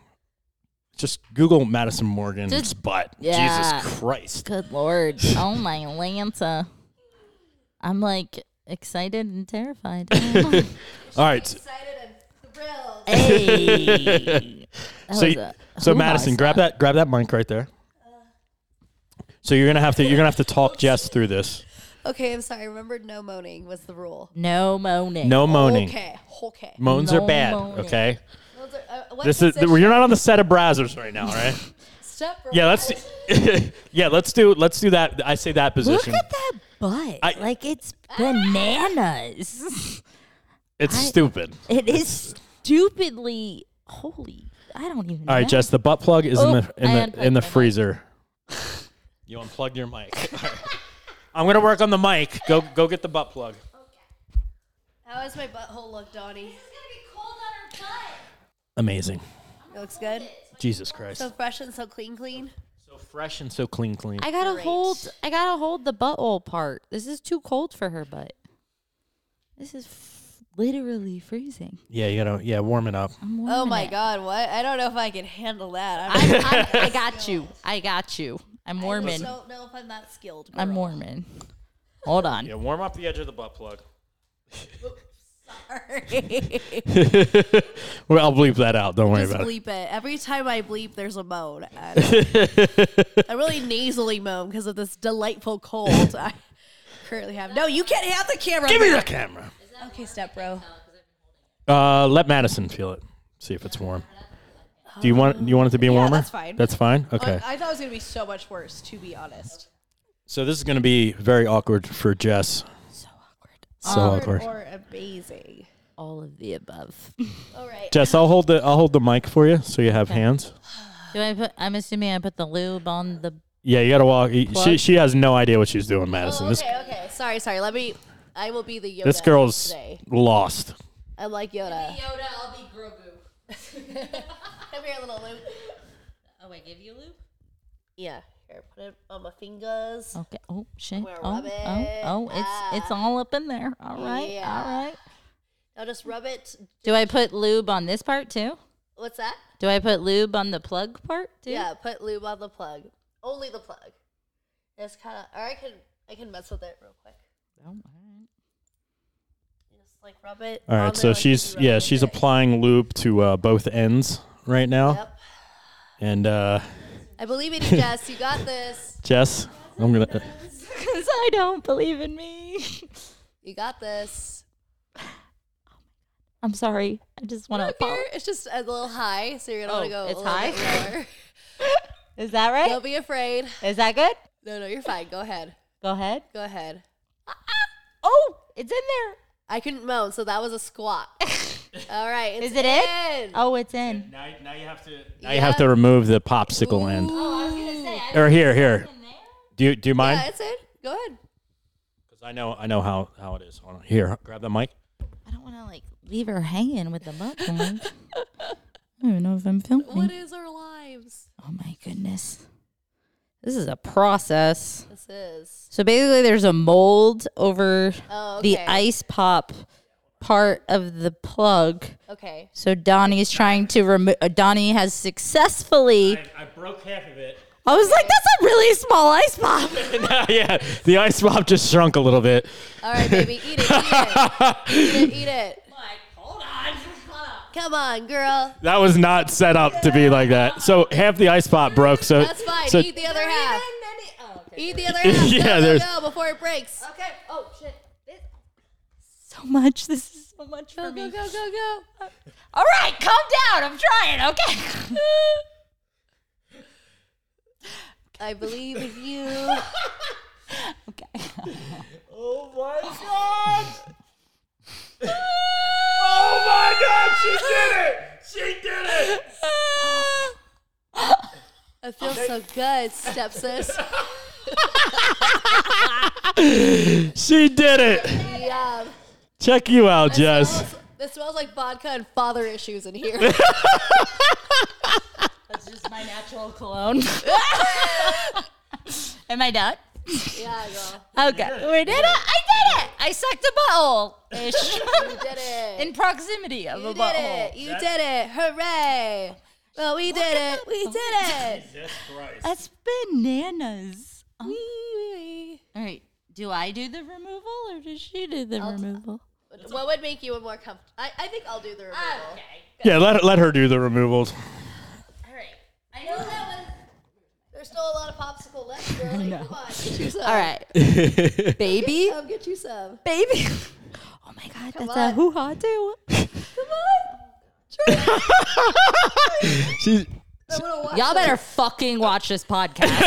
S1: just Google Madison Morgan's
S3: Just-
S1: butt.
S3: yeah.
S1: Jesus Christ.
S3: Good lord! Oh my Lanta! I'm like excited and terrified.
S1: All right.
S2: Excited and thrilled.
S3: hey, That
S1: So,
S3: was
S1: you-
S3: a
S1: so
S3: who
S1: Madison,
S3: was
S1: grab that, grab that mic right there. So you're gonna have to, you're gonna have to talk Jess through this.
S2: Okay, I'm sorry. Remember, no moaning was the rule.
S3: no moaning.
S1: No moaning.
S2: Okay, okay.
S1: Moans
S3: No
S1: are bad.
S3: moaning.
S1: Okay.
S2: Those are- uh, what
S1: This is
S2: position?
S1: you're not on the set of Brazzers right now, right?
S2: Step
S1: yeah.
S2: right.
S1: Let's yeah. Let's do let's do that. I say that
S3: Look
S1: position.
S3: at that butt.
S1: I-
S3: like it's bananas.
S1: It's stupid.
S3: it is stupidly holy. I don't even.
S1: All right,
S3: know.
S1: Jess. The butt plug is in the
S3: Oh,
S1: in
S3: I
S1: the
S3: unplugged
S1: in the
S3: my mic.
S1: freezer. you unplugged your mic. All right. I'm gonna work on the mic. Go go get the butt plug.
S2: How does my butthole look, Donnie?
S1: Amazing.
S2: It looks good.
S1: Jesus Christ.
S2: So fresh and so clean, clean.
S1: So fresh and so clean, clean.
S3: I gotta hold. I gotta hold the butthole part. This is too cold for her butt. This is f- literally freezing.
S1: Yeah, you gotta yeah warm it up.
S3: I'm
S2: Oh
S3: warming
S2: my
S3: it.
S2: god, what? I don't know if I can handle that. I'm,
S3: I'm, I'm, I got you. I got you. I'm
S2: I
S3: warming.
S2: don't know if I'm that skilled.
S3: I'm
S2: girl.
S3: warming. Hold on.
S1: Yeah, warm up the edge of the butt plug. well, I'll bleep that out. Don't worry
S2: Just
S1: about
S2: bleep it. Every time I bleep, there's a moan. I, I really nasally moan because of this delightful cold I currently have. No, you can't have the camera.
S1: it. Give me the camera.
S2: Okay, step bro.
S1: Uh, let Madison feel it. See if it's warm. Do you want do you want it to be warmer?
S2: that's fine.
S1: That's fine. Okay.
S2: I, I thought it was gonna be so much worse, to be honest.
S1: so this is gonna be very awkward for Jess. So awkward.
S2: Um, Or amazing.
S3: All of the above.
S2: All right.
S1: Jess, I'll hold the I'll hold the mic for you so you have hands.
S3: Do I put? I'm assuming I put the lube on the.
S1: Yeah, you gotta walk. She she has no idea what she's doing, Madison.
S2: Oh, okay, okay. Sorry, sorry. Let me. I will be the Yoda.
S1: This this girl's
S2: today.
S1: lost.
S2: I like Yoda.
S3: Yoda, I'll be Grogu.
S2: Come here, little Luke.
S3: Oh, I give you lube.
S2: Yeah. Here, put it on my fingers.
S3: Okay. Oh shit.
S2: We're
S3: Oh,
S2: rubbing. Ah.
S3: oh, oh! It's it's all up in there. All right.
S2: Yeah.
S3: All right.
S2: Now just rub it.
S3: Do I put lube on this part too?
S2: What's that?
S3: Do I put lube on the plug part too?
S2: Yeah, put lube on the plug. Only the plug. It's kind of, or I can, I can mess with it real quick.
S3: Oh, all right.
S2: Just like rub it.
S1: All
S2: on
S1: right,
S2: there
S1: so
S2: like you
S1: she's
S2: rub
S1: yeah
S2: it
S1: she's
S2: there.
S1: applying lube to uh, both ends right now,
S2: Yep.
S1: and uh,
S2: I believe in you, Jess. You got this.
S1: Jess, I'm gonna. uh,
S3: Because I don't believe in me.
S2: You got this.
S3: I'm sorry. I just want to
S2: Here,
S3: apologize.
S2: it's just a little high, so you're gonna want to
S3: Oh,
S2: go.
S3: it's
S2: a little bit
S3: high?
S2: lower.
S3: Is that right?
S2: Don't be afraid.
S3: Is that good?
S2: No, no, you're fine. Go ahead.
S3: Go ahead.
S2: Go ahead.
S3: Oh, it's in there.
S2: I couldn't moan, so that was a squat. All right. It's
S3: Is it in?
S2: in.
S3: Oh, it's in.
S1: Now, now you have to. Now you have to remove the popsicle end.
S2: Ooh.
S1: Or here, here. Do you, do you mind?
S2: Yeah, Oh, it's it. Go ahead.
S1: Because I know I know how how it is. Hold on. Here, grab the mic.
S3: I don't want to like leave her hanging with the mug. on. I don't even know if I'm filming.
S2: What is our lives?
S3: oh my goodness. This is a process.
S2: This is.
S3: So basically, there's a mold over
S2: Oh,
S3: the
S2: okay.
S3: ice pop part of the plug.
S2: Okay.
S3: So Donnie's trying to remove. Uh, Donnie has successfully. I,
S1: I broke half of it.
S3: was like, that's a really small ice pop.
S1: yeah, the ice pop just shrunk a little bit.
S2: All right, baby. Eat it. Eat it. eat it. Eat it. Come on, girl.
S1: That was not set up to be like that. So half the ice pop broke. So
S2: That's fine.
S1: So
S2: eat the other half.
S3: oh,
S2: Eat the other half.
S1: Yeah,
S2: go,
S1: there's-
S2: go, go before it breaks.
S4: Okay. Oh shit.
S3: so much. This is so much for
S2: Go,
S3: me.
S2: go, go, go, go.
S3: All right, calm down. I'm trying. Okay.
S2: I believe in you.
S3: okay.
S5: Oh my god! oh my god! She did it! She did it!
S2: I feel so good, stepsis.
S1: she did it.
S2: Yeah.
S1: Check you out, Jess.
S2: Smells, it smells like vodka and father issues in here.
S3: That's just my natural cologne. Am I done?
S2: yeah, girl.
S3: Okay. We did it. I did it. I sucked a butthole ish.
S2: You did it.
S3: In proximity of
S2: You
S3: a
S2: did
S3: butthole.
S2: it. You did it. Hooray. Well, we did it. We did it.
S3: That's bananas.
S2: Wee, wee,
S3: All right. Do I do the removal or does she do the removal?
S2: wee. What would make you more comfortable? I, I think I'll do the removal.
S5: Ah,
S1: Yeah, let let her do the removals.
S3: All right. I know that was.
S2: There's still a lot of popsicle left, girl. Like, Come on, get you some.
S3: All right. Baby.
S2: Come get you some.
S3: Baby. Oh my God. that's a
S2: on.
S3: hoo ha too.
S1: She's
S2: I'm gonna watch
S3: Y'all
S2: this.
S3: better fucking watch this podcast.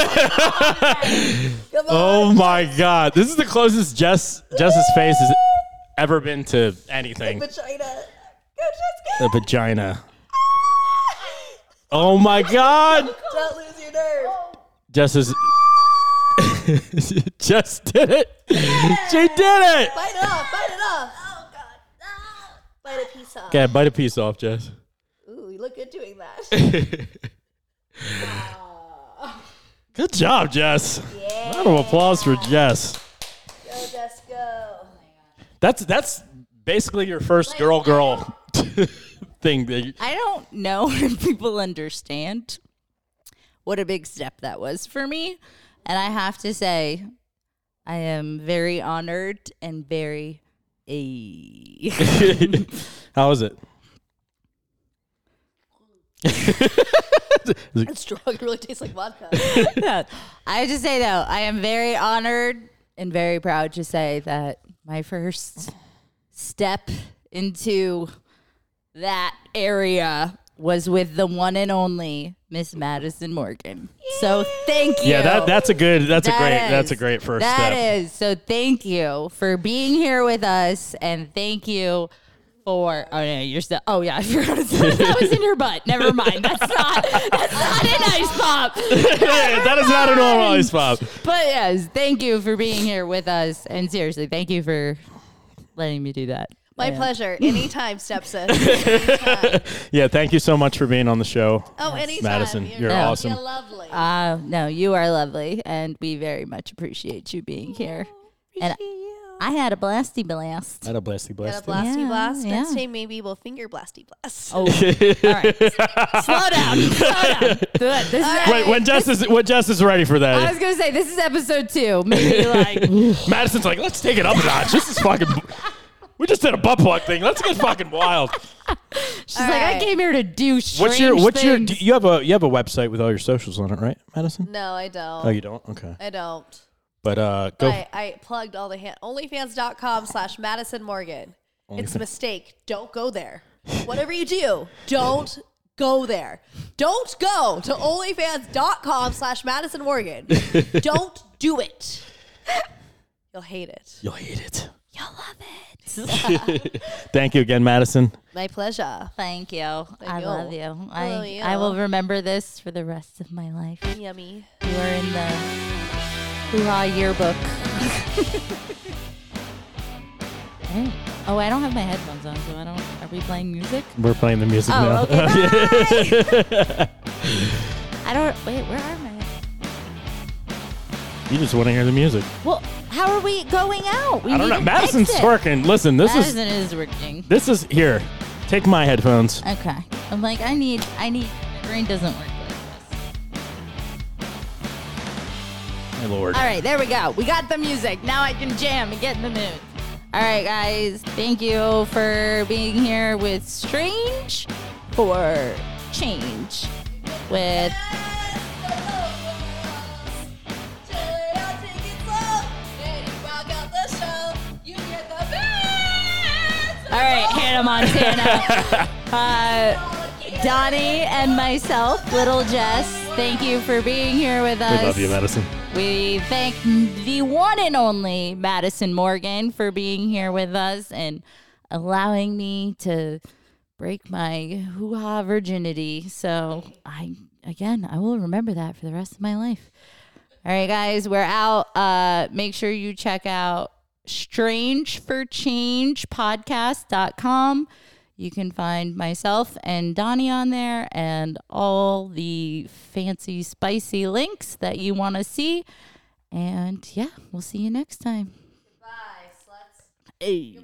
S2: Come on.
S1: oh my god, this is the closest Jess Jess's face has ever been to anything.
S2: Vagina.
S1: The vagina. Oh my god,
S2: Don't Oh lose your nerve.
S1: Jess is. Jess did it. She did it.
S2: Bite it off. Bite it off. Oh god. Bite a piece off.
S1: Okay, bite a piece off, Jess.
S2: Ooh, you look good doing that.
S1: Good job, Jess. Round of applause for Jess.
S2: go, Jess, go.
S1: That's that's basically your first girl girl thing. That you,
S3: I don't know if people understand what a big step that was for me. And I have to say, I am very honored and very. eh.
S1: how is it?
S2: It's strong. It really tastes like vodka.
S3: I have to say though, I am very honored and very proud to say that my first step into that area was with the one and only Miss Madison Morgan. So thank you.
S1: Yeah, that that's a good. That's a
S3: That
S1: great. that's a
S3: is-
S1: great first
S3: That
S1: step.
S3: is. So thank you for being here with us and thank you for oh no, you're still oh yeah, I forgot it's that was in your butt. Never mind. That's not that's not an ice pop.
S1: Yeah, that is not a normal ice pop.
S3: But yes, thank you for being here with us. And seriously, thank you for letting me do that.
S2: My
S3: Yeah.
S2: pleasure. Anytime, stepsis.
S1: Yeah, thank you so much for being on the show.
S2: Oh, anytime.
S1: Madison, you're
S3: Yeah.
S1: awesome.
S2: You're lovely.
S3: Uh, no, you are lovely, and we very much appreciate you being here. and I had a blasty blast.
S1: Had a blasty
S2: Got a
S1: blast.
S2: blasty
S3: Yeah,
S2: blast.
S3: yeah.
S2: Next time, maybe we'll finger blasty blast.
S3: Oh, all right. Slow down. Slow down. Do it. This is,
S1: Wait, when Jess is when Jess is ready for
S3: I
S1: that,
S3: was gonna say this is episode two. Maybe like
S1: Madison's like, let's take it up a notch. This is fucking. We just did a butt plug thing. Let's get fucking wild.
S3: she's like, I
S2: right.
S3: came here to do
S1: What's your
S3: strange
S1: What's your
S3: things."
S1: do you have a you have a website with all your socials on it, right, Madison?
S2: No, I don't.
S1: Oh, you don't. Okay,
S2: I don't.
S1: but uh, go.
S2: I, I plugged all the hand onlyfans.com slash Madison Morgan. It's a mistake. Don't go there. Whatever you do, don't go there. Don't go to onlyfans.com slash Madison Morgan. Don't do it. You'll hate it.
S1: You'll hate it. You'll love it. Thank you again, Madison.
S2: My pleasure.
S3: Thank you. I
S2: you.
S3: love you. I
S2: love you.
S3: I will remember this for the rest of my life.
S2: Yummy.
S3: You are in the hoo-ha yearbook. Hey. Oh, I don't have my headphones on, so I don't. Are we playing music?
S1: We're playing the music
S3: Oh,
S1: now.
S3: okay. I don't. Wait, where are my?
S1: you just want to hear the music.
S3: Well, how are we going out? We
S1: I don't
S3: need
S1: know.
S3: to
S1: Madison's
S3: exit.
S1: twerking. Listen, this
S3: Madison
S1: is
S3: is working.
S1: this is here. Take my headphones.
S3: Okay. I'm like, I need, I need. My brain doesn't work like this.
S1: My lord.
S3: All right, there we go. We got the music. Now I can jam and get in the mood. All right, guys. Thank you for being here with Strange for Change with All right, Hannah Montana. uh, Donnie and myself, Little Jess, thank you for being here with
S1: We
S3: us.
S1: love you, Madison.
S3: We thank the one and only Madison Morgan for being here with us and allowing me to break my hoo ha virginity. So, I, again, I will remember that for the rest of my life. All right, guys, we're out. Uh, make sure you check out strangeforchangepodcast.com. You can find myself and Donnie on there and all the fancy, spicy links that you want to see. And yeah, we'll see you next time. Bye, sluts. Hey.